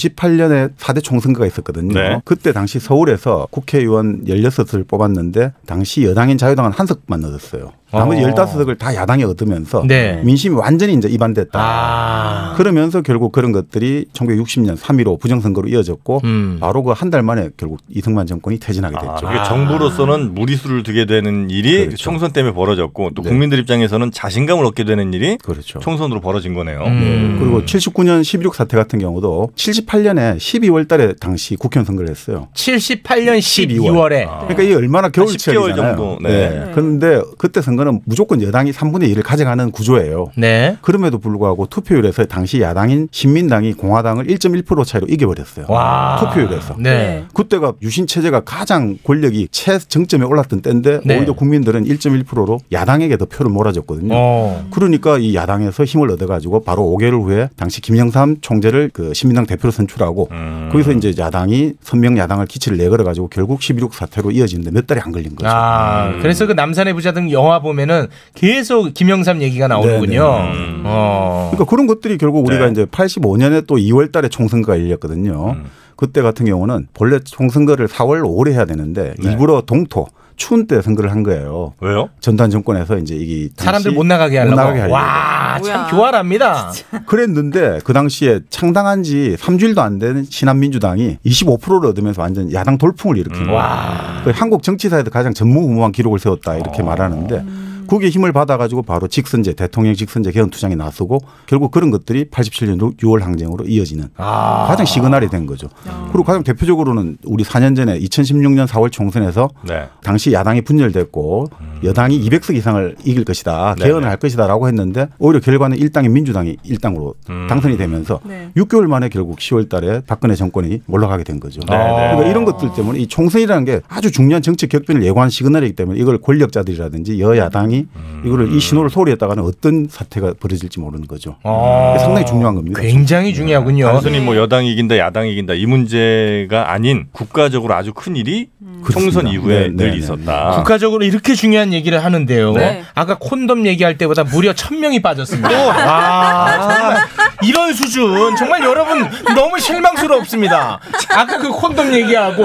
Speaker 13: 1958년에 4대 총선거가 있었거든요.
Speaker 4: 네.
Speaker 13: 그때 당시 서울에서 국회의원 16을 뽑았는데 당시 여당인 자유당은 한 석만 얻었어요. 나머지
Speaker 4: 어.
Speaker 13: 15석을 다 야당이 얻으면서
Speaker 4: 네.
Speaker 13: 민심이 완전히 이제 이반됐다.
Speaker 5: 아.
Speaker 13: 그러면서 결국 그런 것들이 1960년 3.15 부정선거로
Speaker 5: 음.
Speaker 13: 이어졌고 바로 그 한 달 만에 결국 이승만 정권이 퇴진하게
Speaker 5: 아,
Speaker 13: 됐죠. 아. 그렇죠.
Speaker 4: 이게 아, 정부로서는 무리수를 두게 되는 일이 총선 때문에 벌어졌고
Speaker 13: 네.
Speaker 4: 또 국민들 입장에서는 자신감을 얻게 되는 일이
Speaker 5: 그렇죠.
Speaker 13: 그렇죠.
Speaker 4: 총선으로 벌어진 거네요.
Speaker 13: 음.
Speaker 5: 음.
Speaker 13: 그리고 79년 16 사태 같은 경우도 78년에 12월 달에 당시 국회의원 선거를 했어요.
Speaker 5: 78년 12월에 아.
Speaker 4: 아.
Speaker 13: 그러니까 이게 얼마나 겨울철이잖아요. 예.
Speaker 5: 10개월 정도, 네. 네.
Speaker 13: 그런데 그때 선거는 무조건 여당이 3분의 1을 가져가는 구조예요.
Speaker 5: 네.
Speaker 13: 그럼에도 불구하고 투표율에서 당시 야당인 신민당이 공화당을 1.1% 차이로 이겨버렸어요.
Speaker 5: 와.
Speaker 13: 투표율에서.
Speaker 5: 네.
Speaker 13: 그때가 유신 체제가 가장 권력이 최정점에 올랐던 때인데
Speaker 5: 네.
Speaker 13: 오히려 국민들은 1.1%로 야당에게 더 표를 몰아줬거든요.
Speaker 5: 어.
Speaker 13: 그러니까 이 야당에서 힘을 얻어가지고 바로 5개월 후에 당시 김영삼 총재를 그 신민당 대표로 선출하고
Speaker 5: 음.
Speaker 13: 거기서 이제 야당이 선명 야당을 기치를 내걸어가지고 결국 11.6 사태로 이어지는데 몇 달이 안 걸린 거죠. 음.
Speaker 5: 아, 그래서 그 남산의 부자 등 영화 보면은 계속 김영삼 얘기가 나오는군요.
Speaker 13: 네,
Speaker 5: 어. 네.
Speaker 13: 그러니까 그런 것들이 결국 우리가 이제 85년에 또 2월 달에 총선거가 열렸거든요.
Speaker 5: 음.
Speaker 13: 그때 같은 경우는 본래 총선거를 4월 5월에 해야 되는데
Speaker 5: 네.
Speaker 13: 일부러 동토 추운 때 선거를 한 거예요.
Speaker 4: 왜요?
Speaker 13: 전단 정권에서 이제 이게 당시
Speaker 5: 사람들 못 나가게 하려고.
Speaker 13: 못 나가게 하려고.
Speaker 5: 와, 참 교활합니다.
Speaker 13: 그랬는데 그 당시에 창당한 지 3주일도 안 된 신한민주당이 25%를 얻으면서 완전 야당
Speaker 5: 음.
Speaker 4: 음.
Speaker 13: 그렇죠. 돌풍을 일으킨 거예요. 그 한국 정치사에서 가장 전무후무한 기록을 세웠다 이렇게 말하는데 국의 힘을 받아가지고 바로 직선제 대통령 직선제 개헌 투쟁에 나서고 결국 그런 것들이 87년 6월 항쟁으로 이어지는
Speaker 5: 아.
Speaker 13: 가장 시그널이 된 거죠. 그리고 가장 대표적으로는 우리 4년 전에 2016년 4월 총선에서
Speaker 4: 네.
Speaker 13: 당시 야당이 분열됐고
Speaker 5: 음.
Speaker 13: 여당이 200석 이상을 이길 것이다 개헌을 할 것이다라고 했는데 오히려 결과는 일당인 민주당이 일당으로
Speaker 4: 음.
Speaker 13: 당선이 되면서
Speaker 4: 네.
Speaker 13: 6개월 만에 결국 10월달에 박근혜 정권이 몰락하게 된 거죠.
Speaker 4: 네, 네.
Speaker 13: 그러니까 이런 것들 때문에 이 총선이라는 게 아주 중요한 정치 격변을 예고한 시그널이기 때문에 이걸 권력자들이라든지 여야당이
Speaker 5: 음.
Speaker 13: 이거를 이 신호를 소홀히했다가는 어떤 사태가 벌어질지 모르는 거죠.
Speaker 5: 아.
Speaker 13: 상당히 중요한 겁니다.
Speaker 5: 굉장히 중요하군요.
Speaker 4: 단순히 뭐 여당이 이긴다 야당이 이긴다 이 문제가 아닌 국가적으로 아주 큰 일이 총선
Speaker 5: 그렇습니다.
Speaker 4: 이후에
Speaker 5: 네, 네,
Speaker 4: 늘
Speaker 5: 네.
Speaker 4: 있었다.
Speaker 5: 국가적으로 이렇게 중요한 얘기를 하는데요.
Speaker 4: 네.
Speaker 5: 아까 콘돔 얘기할 때보다 무려 천 명이 빠졌습니다.
Speaker 13: 아.
Speaker 5: 와, 정말 이런 수준 정말 여러분 너무 실망스럽습니다. 아까 그 콘돔 얘기하고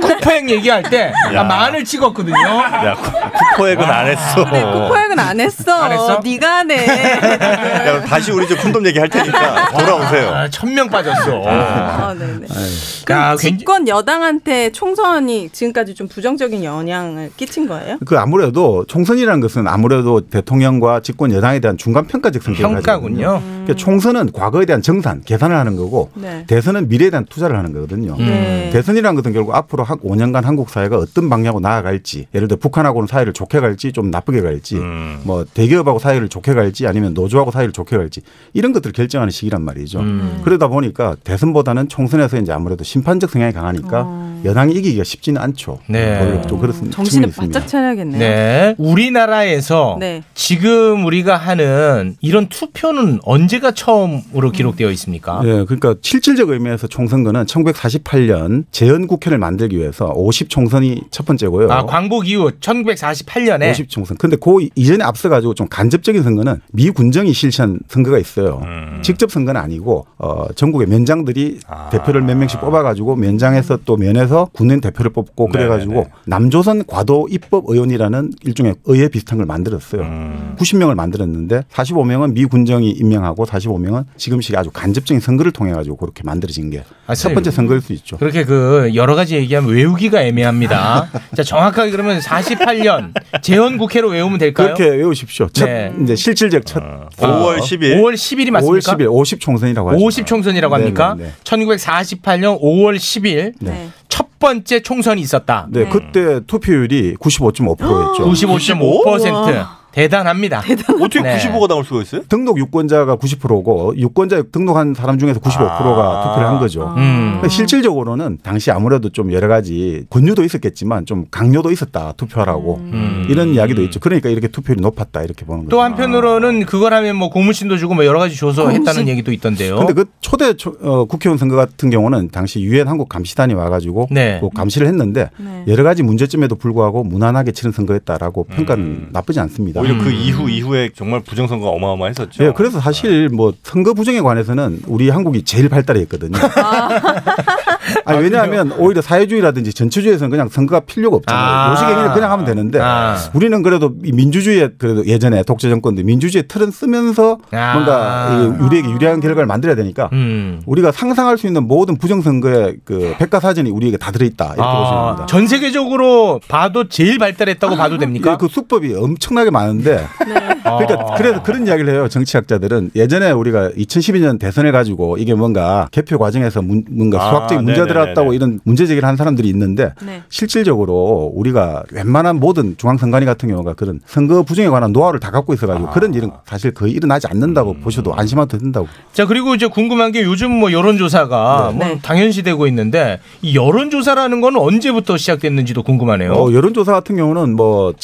Speaker 5: 쿠퍼행 얘기할 때
Speaker 4: 야.
Speaker 5: 아, 만을 찍었거든요.
Speaker 4: 야, 쿠퍼액은 아, 안 했어.
Speaker 14: 네, 포획은 안 했어.
Speaker 5: 안 했어?
Speaker 14: 네가 하네.
Speaker 4: 야, 다시 우리 좀 콘돔 얘기할 테니까 돌아오세요.
Speaker 5: 천명 빠졌어.
Speaker 14: 아,
Speaker 13: 그
Speaker 5: 야, 굉-
Speaker 14: 집권 여당한테 총선이 지금까지 좀 부정적인 영향을 끼친 거예요?
Speaker 13: 그 아무래도 총선이라는 것은 아무래도 대통령과 집권 여당에 대한 중간 평가적 성격을
Speaker 5: 평가군요.
Speaker 13: 가지거든요. 그러니까 총선은 과거에 대한 정산, 계산을 하는 거고
Speaker 5: 네.
Speaker 13: 대선은 미래에 대한 투자를 하는 거거든요.
Speaker 14: 음.
Speaker 5: 네.
Speaker 13: 대선이라는 것은 결국 앞으로 한 5년간 한국 사회가 어떤 방향으로 나아갈지, 예를 들어 북한하고는 사이를 좋게 갈지, 좀 나쁘게 갈지,
Speaker 4: 음.
Speaker 13: 뭐 대기업하고 사이를 좋게 갈지, 아니면 노조하고 사이를 좋게 갈지 이런 것들을 결정하는 시기란 말이죠. 그러다 보니까 대선보다는 총선에서 이제 아무래도 심판적 성향이 강하니까 여당이 이기기가 쉽지는 않죠.
Speaker 5: 네.
Speaker 13: 오히려 또 그렇습니다.
Speaker 14: 어. 음. 정신을 바짝 차려야겠네요.
Speaker 5: 네. 우리나라에서
Speaker 14: 네.
Speaker 5: 지금 우리가 하는 이런 투표는 언제가 처음으로 기록되어 있습니까?
Speaker 13: 예, 그러니까 실질적 의미에서 총선거는 1948년 재헌 국회를 만들기 위해서 50 총선이 첫 번째고요.
Speaker 5: 아, 광복 네. 이후 1948년에
Speaker 13: 50 총선. 근데 그 이전에 앞서 가지고 좀 간접적인 선거는 미 군정이 실시한 선거가 있어요.
Speaker 5: 음.
Speaker 13: 직접 선거는 아니고 어, 전국의 면장들이
Speaker 5: 아.
Speaker 13: 대표를 몇 명씩 뽑아 가지고 면장에서 또 면에서 군인 대표를 뽑고 그래 가지고 남조선 과도 입법 의원이라는 일종의 의회 비슷한 걸
Speaker 5: 음.
Speaker 13: 만들었어요.
Speaker 4: 음.
Speaker 13: 90명을 만들었는데 45명은 미 군정이 임명하고 45명은 지금식 아주 간접적인 선거를 통해 가지고 그렇게 만들어진 게
Speaker 5: 아,
Speaker 13: 첫
Speaker 5: 선생님.
Speaker 13: 번째 선거일 수 있죠.
Speaker 5: 그렇게 그 여러 가지 얘기하면 외우기가
Speaker 13: [laughs]
Speaker 5: 애매합니다. 자, 정확하게 그러면 48년 재헌 국회로 외우면 될까요?
Speaker 13: 그렇게 외우십시오. 첫
Speaker 5: 네.
Speaker 13: 이제 실질적 첫
Speaker 4: 아.
Speaker 5: 5월 10일. 5월 10일 이 맞습니까?
Speaker 13: 5월 10일 50 총선이라고 하죠.
Speaker 5: 50 총선이라고 합니까?
Speaker 13: 네, 네, 네.
Speaker 5: 1948년 5월 10일
Speaker 14: 네.
Speaker 5: 첫 번째 총선이 있었다.
Speaker 13: 네, 그때 투표율이
Speaker 5: 아.
Speaker 13: 95.5%였죠.
Speaker 5: 95.5% 대단합니다.
Speaker 4: 어떻게
Speaker 5: 네.
Speaker 4: 95가 나올 수가 있어요?
Speaker 13: 등록 유권자가 90%고 유권자 등록한 사람 중에서 95%가
Speaker 5: 아.
Speaker 13: 투표를 한
Speaker 5: 음.
Speaker 13: 거죠. 근데 실질적으로는 당시 아무래도 좀 여러 가지 권유도 있었겠지만 좀 강요도 있었다 투표하라고 이런 이야기도 있죠. 그러니까 이렇게 투표율이 높았다 이렇게 보는
Speaker 5: 음.
Speaker 13: 거죠.
Speaker 5: 또 한편으로는 그걸 하면 뭐 고무신도 주고 뭐 여러 가지 줘서
Speaker 13: 고무신?
Speaker 5: 했다는 얘기도 있던데요.
Speaker 13: 근데 그 초대 초- 어, 국회의원 선거 같은 경우는 당시 유엔 한국 감시단이 와가지고
Speaker 5: 네.
Speaker 13: 그 감시를 했는데
Speaker 14: 네.
Speaker 13: 여러 가지 문제점에도 불구하고 무난하게 치른 선거였다라고 평가는 나쁘지 않습니다.
Speaker 4: 오히려 그렇죠. 그 이후 이후에 정말 부정선거 어마어마했었죠.
Speaker 13: 예, 그래서 사실 뭐 선거 부정에 관해서는 우리 한국이 제일 발달했거든요. [laughs] 아, 왜냐하면 오히려 사회주의라든지 전체주의에서는 그냥 선거가 필요가
Speaker 5: 아.
Speaker 13: 없잖아요. 요식 얘기를 그냥 하면 되는데
Speaker 5: 아.
Speaker 13: 우리는 그래도 이 민주주의에 그래도 예전에 독재 정권도 민주주의 틀은 쓰면서
Speaker 5: 아.
Speaker 13: 뭔가 이 우리에게 유리한 결과를 만들어야 되니까
Speaker 5: 음.
Speaker 13: 우리가 상상할 수 있는 모든 부정선거의 그 백과사전이 우리에게 다 들어있다 이렇게 보시면
Speaker 5: 아,
Speaker 13: 됩니다.
Speaker 5: 전 세계적으로 봐도 제일 발달했다고 봐도 됩니까? 아.
Speaker 13: 그 수법이 엄청나게 많은데
Speaker 4: 아.
Speaker 13: 그러니까 그래서 그런 이야기를 해요 정치학자들은 예전에 우리가 2012년 대선을 가지고 이게 뭔가 개표 과정에서 문- 뭔가
Speaker 4: 아,
Speaker 13: 수학적인 문제가
Speaker 4: 네네네네.
Speaker 13: 들어갔다고 이런 문제 제기를 한 사람들이 있는데
Speaker 5: 예.
Speaker 4: 네.
Speaker 13: 실질적으로 우리가 웬만한 모든 중앙선관위 같은 경우가 그런 선거 부정에 관한 노하우를 다 갖고
Speaker 4: 아.
Speaker 13: 있어가지고 그런 일은 사실 거의 일어나지
Speaker 4: 음.
Speaker 13: 않는다고 보셔도 안심하도 된다고.
Speaker 5: 자 그리고 이제 궁금한 게 요즘 뭐 여론조사가
Speaker 13: 네.
Speaker 5: 뭐 당연시되고 있는데 이 여론조사라는 건 언제부터 시작됐는지도 궁금하네요.
Speaker 13: 어, 여론조사 같은 경우는 뭐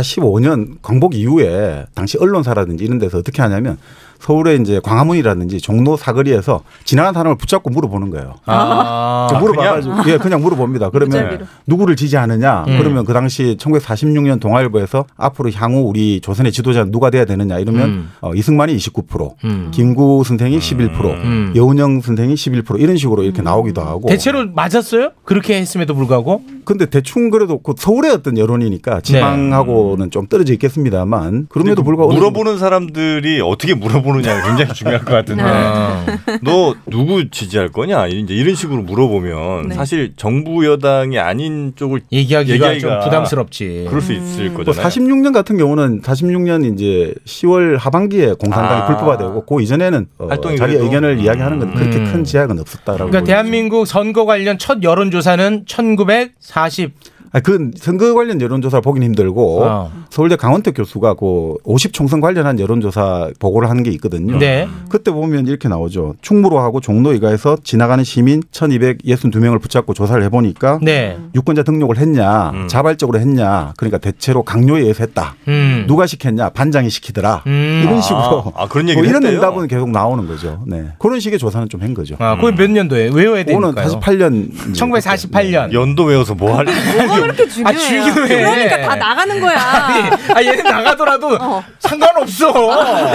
Speaker 13: 1945년 광복 이후에 당시 언론사라든지 이런 데서 어떻게 하냐면 서울의 이제 광화문이라든지 종로 사거리에서 지나간 사람을 붙잡고 물어보는 거예요.
Speaker 5: 아.
Speaker 13: 그냥 물어봐가지고
Speaker 5: 그냥?
Speaker 13: 예 그냥 물어봅니다.
Speaker 5: 무자비로.
Speaker 13: 그러면 누구를 지지하느냐?
Speaker 5: 음.
Speaker 13: 그러면 그 당시 1946년 동아일보에서 앞으로 향후 우리 조선의 지도자 는 누가 돼야 되느냐 이러면
Speaker 5: 음.
Speaker 13: 어, 이승만이 29%, 김구 선생이 11%,
Speaker 5: 음.
Speaker 13: 여운형 선생이 11% 이런 식으로 이렇게 나오기도 하고
Speaker 5: 대체로 맞았어요? 그렇게 했음에도 불구하고
Speaker 13: 근데 대충 그래도 그 서울의 어떤
Speaker 5: 네.
Speaker 13: 여론이니까 지방하고는 좀 떨어져 있겠습니다만 그럼에도 불구하고 오늘
Speaker 4: 물어보는 사람들이 어떻게 물어보느냐가 굉장히 중요할 것 같은데
Speaker 5: 네. 아.
Speaker 4: 너 누구 지지할 거냐 이제 이런 식으로 물어보면
Speaker 5: 네.
Speaker 4: 사실 정부 여당이 아닌 쪽을
Speaker 5: 얘기하기가 좀 부담스럽지.
Speaker 4: 그럴 수 있을
Speaker 13: 뭐
Speaker 4: 거잖아요.
Speaker 13: 46년 같은 경우는 46년 이제 10월 하반기에 공산당이
Speaker 5: 아.
Speaker 13: 불법화되고 그 이전에는 어,
Speaker 5: 활동이
Speaker 13: 자기
Speaker 5: 그래도-
Speaker 13: 의견을 이야기하는 건 그렇게
Speaker 5: 음.
Speaker 13: 큰 제약은 없었다라고.
Speaker 5: 그러니까 대한민국 선거 관련 첫 여론조사는 1940
Speaker 13: 아, 그 선거 관련 여론조사 보긴 힘들고
Speaker 5: 아.
Speaker 13: 서울대 강원택 교수가 그 50 총선 관련한 여론조사 보고를 하는 게 있거든요.
Speaker 5: 네.
Speaker 13: 그때 보면 이렇게 나오죠. 충무로하고 종로의가에서 지나가는 시민 1,262명을 붙잡고 조사를 해보니까
Speaker 5: 네.
Speaker 14: 음.
Speaker 13: 유권자 등록을 했냐, 자발적으로 했냐, 그러니까 대체로 강요에 의해서 했다.
Speaker 5: 음.
Speaker 13: 누가 시켰냐, 반장이 시키더라.
Speaker 5: 음.
Speaker 13: 이런 식으로
Speaker 5: 아, 아, 그런
Speaker 13: 뭐
Speaker 5: 얘기를
Speaker 13: 이런
Speaker 5: 했대요?
Speaker 13: 응답은 계속 나오는 거죠. 네. 그런 식의 조사는 좀 한 거죠.
Speaker 5: 아, 그게 몇 년도에 외워야 되니까요.
Speaker 13: 그거는
Speaker 5: [laughs]
Speaker 13: 48년 네.
Speaker 5: 1948년.
Speaker 4: 연도 외워서 뭐 할?
Speaker 5: 뭐가
Speaker 14: 그렇게 아, 중요해요? 그러니까 다 나가는 어. 거야. [laughs]
Speaker 5: 아, 얘는 나가더라도 상관없어.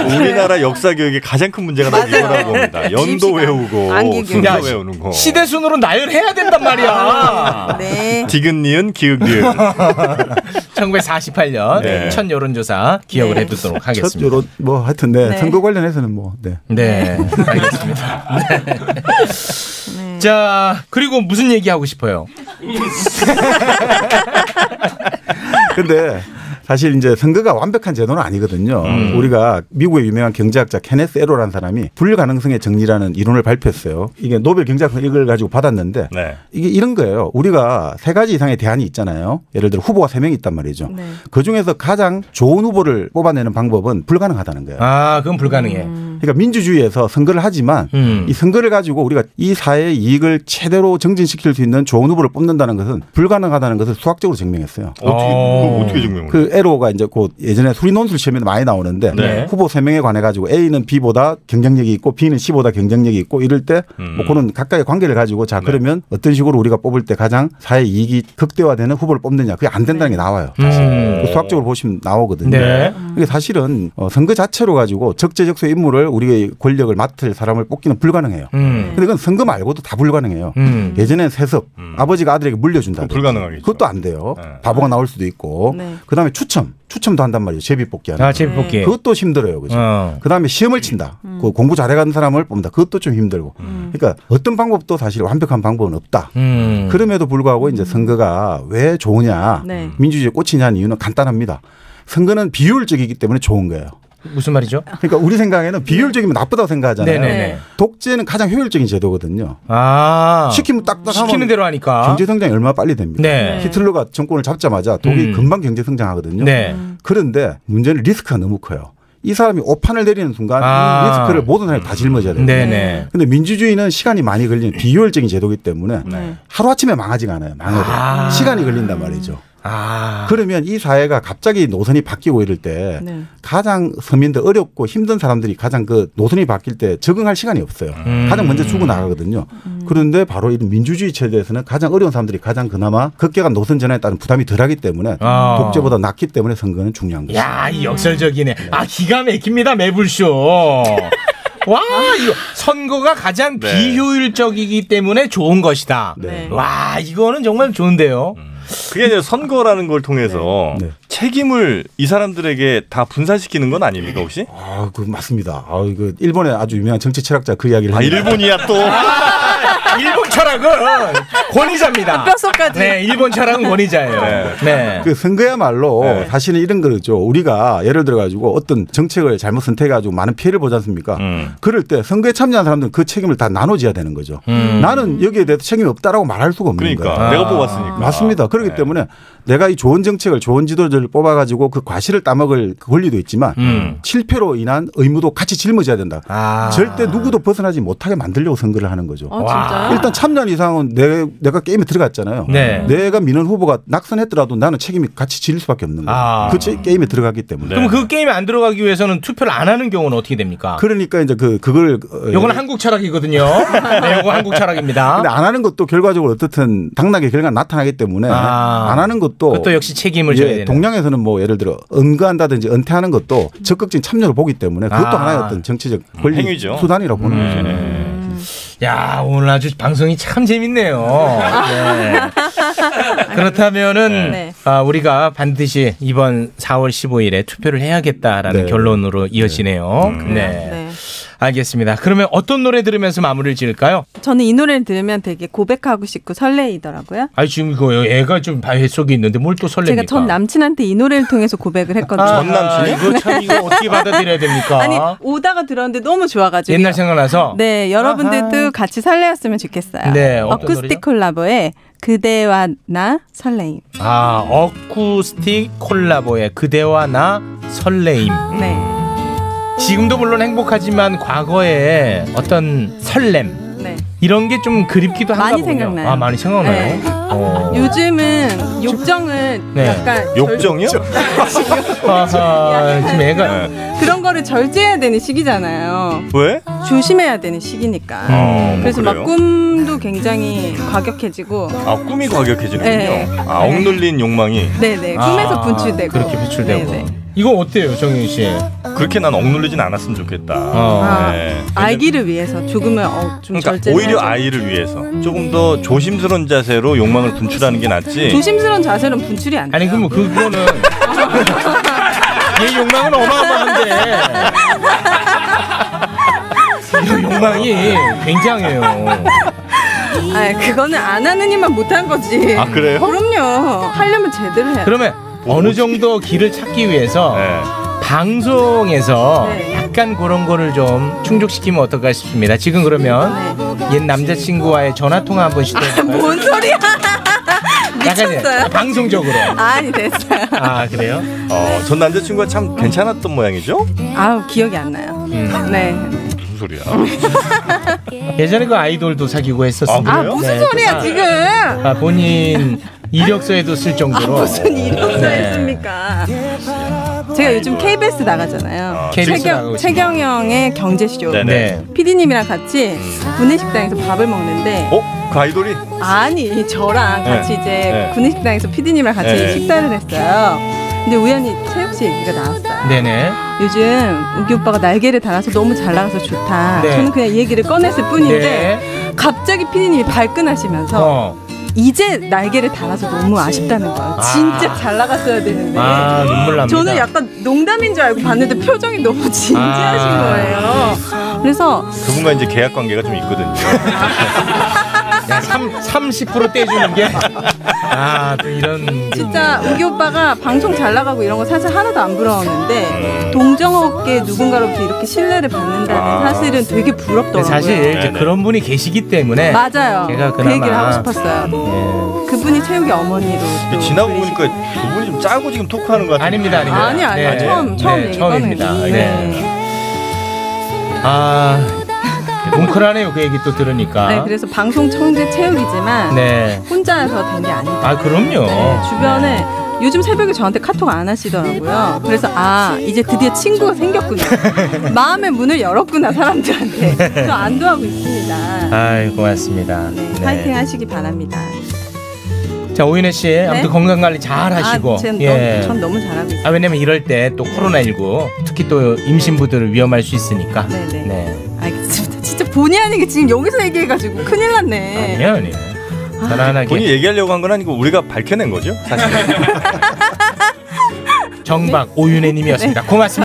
Speaker 4: 우리나라 역사 교육의 가장 큰 문제가 난 이거라고 봅니다. 연도 외우고
Speaker 5: 안기기로.
Speaker 4: 순서
Speaker 5: 야,
Speaker 4: 외우는
Speaker 13: 어.
Speaker 4: 거.
Speaker 5: 시대 순으로 나열해야 된단
Speaker 13: 아.
Speaker 5: 말이야.
Speaker 4: 디귿 니은 기읍 니은.
Speaker 5: 1948년
Speaker 13: 네.
Speaker 5: 첫 여론조사 기억을
Speaker 13: 네.
Speaker 5: 해두도록
Speaker 13: 첫
Speaker 5: 하겠습니다.
Speaker 13: 요런 뭐 하여튼 네,
Speaker 5: 네.
Speaker 13: 선거 관련해서는 뭐 네.
Speaker 5: 네.
Speaker 14: 네.
Speaker 5: 자, 그리고 무슨 얘기 하고 싶어요?
Speaker 13: 근데 사실 이제 선거가 완벽한 제도는 아니거든요.
Speaker 5: 음.
Speaker 13: 우리가 미국의 유명한 경제학자 케네스 에로라는 사람이 분류 가능성의 정리라는 이론을 발표했어요. 이게 노벨 경제학상 이걸 가지고 받았는데
Speaker 4: 네.
Speaker 13: 이게 이런 거예요. 우리가 세 가지 이상의 대안이 있잖아요. 예를 들어 후보가 세 명이 있단 말이죠.
Speaker 14: 네.
Speaker 5: 네.
Speaker 13: 그 중에서 가장 좋은 후보를 뽑아내는 방법은 불가능하다는 거예요.
Speaker 5: 아, 그건 불가능해.
Speaker 14: 음.
Speaker 13: 그러니까 민주주의에서 선거를 하지만
Speaker 5: 음,
Speaker 13: 이 선거를 가지고 우리가 이 사회의 이익을 최대로 정진시킬 수 있는 좋은 후보를 뽑는다는 것은 불가능하다는 것을 수학적으로 증명했어요.
Speaker 4: 어떻게 그거 어떻게 증명을?
Speaker 13: 그 에로가 이제 곧 예전에 수리논술 시험에도 많이 나오는데
Speaker 4: 네.
Speaker 13: 후보 세명에 관해 가지고 A는 B보다 경쟁력이 있고 B는 C보다 경쟁력이 있고 이럴 때
Speaker 5: 음.
Speaker 13: 뭐 그런 각각의 관계를 가지고
Speaker 5: 네.
Speaker 13: 자 그러면 어떤 식으로 우리가 뽑을 때 가장 사회 이익이 극대화되는 후보를 뽑느냐 그게 안 된다는 게 나와요. 사실.
Speaker 5: 음.
Speaker 13: 그 수학적으로 보시면 나오거든요.
Speaker 5: 네.
Speaker 13: 이게 사실은 어, 선거 자체로 가지고 적재적소의 인물을 우리의 권력을 맡을 사람을 뽑기는 불가능해요.
Speaker 5: 음.
Speaker 13: 근데 그건 선거 말고도 다 불가능해요.
Speaker 5: 음.
Speaker 13: 예전엔 세습, 아버지가 아들에게 물려준다. 불가능하겠죠. 네. 그것도 안 돼요. 바보가 나올 수도 있고.
Speaker 5: 네.
Speaker 13: 그다음에 추첨, 추첨도 한단 말이에요. 제비뽑기 하는.
Speaker 5: 아,
Speaker 13: 거.
Speaker 5: 제비뽑기. 네.
Speaker 13: 그것도 힘들어요, 그죠?
Speaker 5: 어.
Speaker 13: 그다음에 시험을 친다. 그 공부 잘해가는 사람을 뽑는다. 그것도 좀 힘들고. 그러니까 어떤 방법도 사실 완벽한 방법은 없다.
Speaker 5: 음.
Speaker 13: 그럼에도 불구하고 이제 선거가 왜 좋으냐,
Speaker 5: 네.
Speaker 13: 민주주의에 꽂히냐는 이유는 간단합니다. 선거는 비효율적이기 때문에 좋은 거예요.
Speaker 5: 무슨 말이죠?
Speaker 13: 그러니까 우리 생각에는 비효율적이면 나쁘다고 생각하잖아요.
Speaker 5: 네네네.
Speaker 13: 독재는 가장 효율적인 제도거든요.
Speaker 5: 아.
Speaker 13: 시키면 딱딱 하면
Speaker 5: 시키는 대로 하니까.
Speaker 13: 경제 성장이 얼마나 빨리 됩니까?
Speaker 5: 아? 네.
Speaker 13: 히틀러가 정권을 잡자마자 독일이
Speaker 5: 음.
Speaker 13: 금방 경제 성장하거든요.
Speaker 5: 네.
Speaker 13: 그런데 문제는 리스크가 너무 커요. 이 사람이 오판을 내리는 순간
Speaker 5: 아.
Speaker 13: 이 리스크를 모든 사람이 다 짊어져야 돼요.
Speaker 5: 네네. 네.
Speaker 13: 근데 민주주의는 시간이 많이 걸리는 비효율적인 제도이기 때문에 하루아침에 망하지가 않아요. 망해도.
Speaker 5: 아.
Speaker 13: 시간이 걸린단 말이죠.
Speaker 5: 아.
Speaker 13: 그러면 이 사회가 갑자기 노선이 바뀌고 이럴 때
Speaker 5: 네.
Speaker 13: 가장 서민들 어렵고 힘든 사람들이 가장 그 노선이 바뀔 때 적응할 시간이 없어요.
Speaker 5: 음.
Speaker 13: 가장 먼저 죽어나가거든요. 그런데 바로 이런 민주주의 체제에서는 가장 어려운 사람들이 가장 그나마 극격한 노선 전환에 따른 부담이 덜하기 때문에
Speaker 5: 아.
Speaker 13: 독재보다 낫기 때문에 선거는 중요한 거죠.
Speaker 5: 야, 이 역설적이네. 아, 기가 막힙니다,
Speaker 13: [laughs]
Speaker 5: 매불쇼. 와, 이거 선거가 가장
Speaker 13: 네.
Speaker 5: 비효율적이기 때문에 좋은 것이다. 와, 이거는 정말 좋은데요.
Speaker 13: 음.
Speaker 4: 그게 이제 선거라는 걸 통해서
Speaker 13: 네.
Speaker 4: 책임을 이 사람들에게 다 분산시키는 건 아닙니까 혹시?
Speaker 13: 아, 그 맞습니다. 아, 이거 일본의 아주 유명한 정치 철학자 그 이야기를
Speaker 4: 아
Speaker 13: 합니다.
Speaker 4: 일본이야 또.
Speaker 5: 아, 일본 철학은 권위자입니다.
Speaker 14: 뼛속까지.
Speaker 5: 네, 일본 철학은 권위자예요. 네.
Speaker 13: 그 선거야말로 사실은 이런 거죠. 우리가 예를 들어 가지고 어떤 정책을 잘못 선택해 가지고 많은 피해를 보지 않습니까? 그럴 때 선거에 참여한 사람들은 그 책임을 다 나눠져야 되는 거죠.
Speaker 4: 음.
Speaker 13: 나는 여기에 대해서 책임이 없다라고 말할 수가 없는
Speaker 4: 그러니까.
Speaker 13: 거예요. 아.
Speaker 4: 내가 뽑았으니까.
Speaker 13: 네. 맞습니다. 그렇기 때문에 내가 이 좋은 정책을 좋은 지도자를 뽑아 가지고 그 과실을 따먹을 그 권리도 있지만
Speaker 5: 음.
Speaker 13: 실패로 인한 의무도 같이 짊어져야 된다. 절대 누구도 벗어나지 못하게 만들려고 선거를 하는 거죠.
Speaker 14: 어,
Speaker 5: 아, 진짜요?
Speaker 13: 일단 참여한 이상은 내, 내가 게임에 들어갔잖아요.
Speaker 5: 네.
Speaker 13: 내가 미는 후보가 낙선했더라도 나는 책임이 같이 질 수밖에 없는 거예요.
Speaker 5: 아.
Speaker 13: 그 체- 게임에 들어갔기 때문에.
Speaker 5: 그럼 그 게임에 안 들어가기 위해서는 투표를 안 하는 경우는 어떻게 됩니까?
Speaker 13: 러니까 이제 그 그걸
Speaker 5: 요건 한국 철학이거든요. 네, 요거 한국 철학입니다.
Speaker 13: 근데 안 하는 것도 결과적으로 어떻든 당락의 결과 가 나타나기 때문에
Speaker 5: 아.
Speaker 13: 안 하는 것도
Speaker 5: 그것도 역시 책임을
Speaker 13: 예,
Speaker 5: 져야 되는.
Speaker 13: 동양에서는 뭐 예를 들어 은퇴한다든지 은퇴하는 것도 적극적인 참여를 보기 때문에 그것도
Speaker 5: 아.
Speaker 13: 하나의 어떤 정치적 권리
Speaker 5: 행위죠. 음. 네.
Speaker 13: 수단이라고 보는 거죠.
Speaker 14: [laughs]
Speaker 5: 야 오늘 아주 방송이 참 재밌네요. 네. 그렇다면은
Speaker 14: 네.
Speaker 5: 아, 우리가 반드시 이번 4월 15일에 투표를 해야겠다라는
Speaker 9: 네.
Speaker 5: 결론으로 이어지네요. 네.
Speaker 14: 네.
Speaker 5: 알겠습니다. 그러면 어떤 노래 들으면서 마무리를 지을까요?
Speaker 14: 저는 이 노래를 들으면 되게 고백하고 싶고 설레이더라고요.
Speaker 5: 아 지금 이거 애가 좀 바위 속에 있는데 뭘 또 설렙니까?
Speaker 14: 제가 전 남친한테 이 노래를 통해서 고백을 했거든요.
Speaker 5: 아, 이거 참 이거 어떻게 받아들여야
Speaker 14: [laughs]
Speaker 5: 됩니까?
Speaker 14: 아니 오다가 들었는데 너무 좋아가지고
Speaker 5: 옛날 생각나서
Speaker 14: 네 여러분들도 같이 설레었으면 좋겠어요.
Speaker 5: 네, 어떤 노래죠?
Speaker 14: 어쿠스틱 콜라보의 그대와 나 설레임.
Speaker 5: 아 어쿠스틱 콜라보의 그대와 나 설레임.
Speaker 14: 네.
Speaker 5: 지금도 물론 행복하지만 과거에 어떤 설렘
Speaker 14: 네.
Speaker 5: 이런 게 좀 그립기도 한가
Speaker 14: 많이
Speaker 5: 보군요.
Speaker 14: 생각나요.
Speaker 5: 아 많이 생각나요.
Speaker 14: 네.
Speaker 5: 어. [laughs]
Speaker 14: 요즘은 욕정을
Speaker 5: 네.
Speaker 14: 약간
Speaker 5: 욕정이요?
Speaker 14: [laughs]
Speaker 5: 아하, 지금 애가
Speaker 14: 절- 그런 거를 절제해야 되는 시기잖아요.
Speaker 4: 왜?
Speaker 14: 조심해야 되는 시기니까.
Speaker 4: 어, 뭐
Speaker 14: 그래서 막
Speaker 4: 그래요?
Speaker 14: 꿈도 굉장히 과격해지고.
Speaker 4: 아 꿈이 과격해지는군요.
Speaker 14: 네.
Speaker 4: 아 억눌린 욕망이.
Speaker 14: 네네 꿈에서 분출되고.
Speaker 4: 그렇게
Speaker 5: 배출되고.
Speaker 14: 네네.
Speaker 5: 아, 이거 어때요, 정윤 씨?
Speaker 4: 그렇게 난 억눌리진 않았으면 좋겠다.
Speaker 13: 아.
Speaker 4: 네.
Speaker 14: 아기를 아, 위해서 조금은 어, 좀
Speaker 4: 그러니까
Speaker 14: 절제를
Speaker 4: 오히려
Speaker 14: 해야죠.
Speaker 4: 아이를 위해서 조금 더 조심스러운 자세로 욕망을 분출하는 게 낫지.
Speaker 14: 조심스러운 자세는 분출이 안 돼.
Speaker 5: 아니 그럼 뭐
Speaker 14: [laughs]
Speaker 5: 그거는 얘 욕망은
Speaker 14: [laughs]
Speaker 5: 어마어마한데 이 욕망이 굉장해요.
Speaker 14: 아 그거는 안 하는 이만 못한 거지.
Speaker 5: 아, 그래요?
Speaker 14: 그럼요. 하려면 제대로 해야 돼.
Speaker 5: 그러면 어느 정도 길을 찾기
Speaker 4: 네.
Speaker 5: 위해서 방송에서
Speaker 14: 네.
Speaker 5: 약간 그런 거를 좀 충족시키면 어떨까 싶습니다. 지금 그러면
Speaker 14: 네.
Speaker 5: 옛 남자친구와의 전화 통화 한번 시도해볼까요?
Speaker 14: 뭔 소리야?
Speaker 5: 약간 이제
Speaker 14: 아, 뭐 미쳤어요?
Speaker 5: 방송적으로.
Speaker 14: 아니 됐어요.
Speaker 5: 아 그래요?
Speaker 4: 어, 전 남자친구가 참 괜찮았던 모양이죠?
Speaker 14: 아우 기억이 안 나요.
Speaker 5: 음.
Speaker 14: 네.
Speaker 4: 무슨 소리야?
Speaker 5: 예전에 그 아이돌도 사귀고 했었어요. 네,
Speaker 14: 아 무슨 소리야 지금?
Speaker 5: 아 본인 이력서에도 쓸 정도로.
Speaker 14: 아, 무슨 이력서
Speaker 5: 네.
Speaker 14: 했습니까? 제가 요즘 KBS 나가잖아요.
Speaker 5: KBS
Speaker 14: 최경,
Speaker 5: 네. 나가고
Speaker 14: 최경 형의 경제쇼.
Speaker 5: 네네.
Speaker 14: PD님이랑 같이 구내식당에서 밥을 먹는데
Speaker 4: 어? 그 아이돌이?
Speaker 14: 아니 저랑 같이
Speaker 4: 네.
Speaker 14: 이제
Speaker 4: 네.
Speaker 14: 구내식당에서 PD님이랑 같이
Speaker 5: 네.
Speaker 14: 식사를 했어요. 근데 우연히 체육 씨 얘기가 나왔어요.
Speaker 5: 네네.
Speaker 14: 요즘 우기 오빠가 날개를 달아서 너무 잘 나가서 좋다.
Speaker 5: 네.
Speaker 14: 저는 그냥 이 얘기를 꺼냈을 뿐인데 갑자기 피디님이 발끈하시면서
Speaker 5: 어.
Speaker 14: 이제 날개를 달아서 너무 아쉽다는 거예요. 진짜 잘 나갔어야 되는데.
Speaker 5: 아 눈물 납니다.
Speaker 14: 저는 약간 농담인 줄 알고 봤는데 표정이 너무 진지하신
Speaker 4: 아.
Speaker 14: 거예요. 그래서
Speaker 4: 그분과 이제 계약 관계가 좀 있거든요.
Speaker 5: 야, 3, 30% 떼주는 게. 아, 또 이런.
Speaker 14: 진짜 우기 오빠가 방송 잘 나가고 이런 거 사실 하나도 안 부러웠는데 동정업계 누군가로부터 이렇게 신뢰를 받는다는
Speaker 5: 음. 아.
Speaker 14: 사실은 되게
Speaker 5: 근데
Speaker 14: 부럽더라고요.
Speaker 5: 네, 사실 이제 그런 분이 계시기 때문에. 네.
Speaker 14: 맞아요.
Speaker 5: 제가
Speaker 14: 그
Speaker 5: 그나마.
Speaker 14: 얘기를 하고 싶었어요. 그분이 체육의 어머니로 또
Speaker 4: 지나고 보니까 두 분이 좀 짜고 지금 토크하는 것 같아요.
Speaker 5: 아닙니다, 아닙니다.
Speaker 14: 아니, 아니, 처음, 처음 얘기
Speaker 5: 네. 처음입니다.
Speaker 14: 꺼내는
Speaker 5: 네.
Speaker 14: 거.
Speaker 5: 아, 뭉클하네요. 그 얘기 또 들으니까.
Speaker 14: 네, 그래서 방송 청재 체육이지만
Speaker 5: 네.
Speaker 14: 혼자서 된 게 아니다.
Speaker 5: 아, 그럼요.
Speaker 14: 네, 주변에 요즘 새벽에 저한테 카톡 안 하시더라고요. 그래서 아 이제 드디어 친구가
Speaker 5: [laughs]
Speaker 14: 생겼구나. 마음의 문을 열었구나 사람들한테. 저 안도하고 있습니다.
Speaker 5: 네. 아이, 고맙습니다. 네.
Speaker 14: 파이팅 하시기 바랍니다.
Speaker 5: 자, 오윤혜 씨, 아무튼 건강 관리 잘 하시고. 예.
Speaker 14: 아, 전, 너무, 전 너무 잘하고 있어요.
Speaker 5: 아 왜냐면 이럴 때 또 코로나19 특히 또 임신부들을 위험할 수 있으니까. 네네.
Speaker 14: 알겠습니다. 진짜 본의 아니게 지금 여기서 얘기해가지고 큰일 났네.
Speaker 5: 아니에요, 아니에요. 편안하게.
Speaker 4: 본인이 얘기하려고 한 건 아니고 우리가 밝혀낸 거죠, 사실.
Speaker 5: 정박 오윤혜님이었습니다.
Speaker 14: 네.
Speaker 5: 고맙습니다.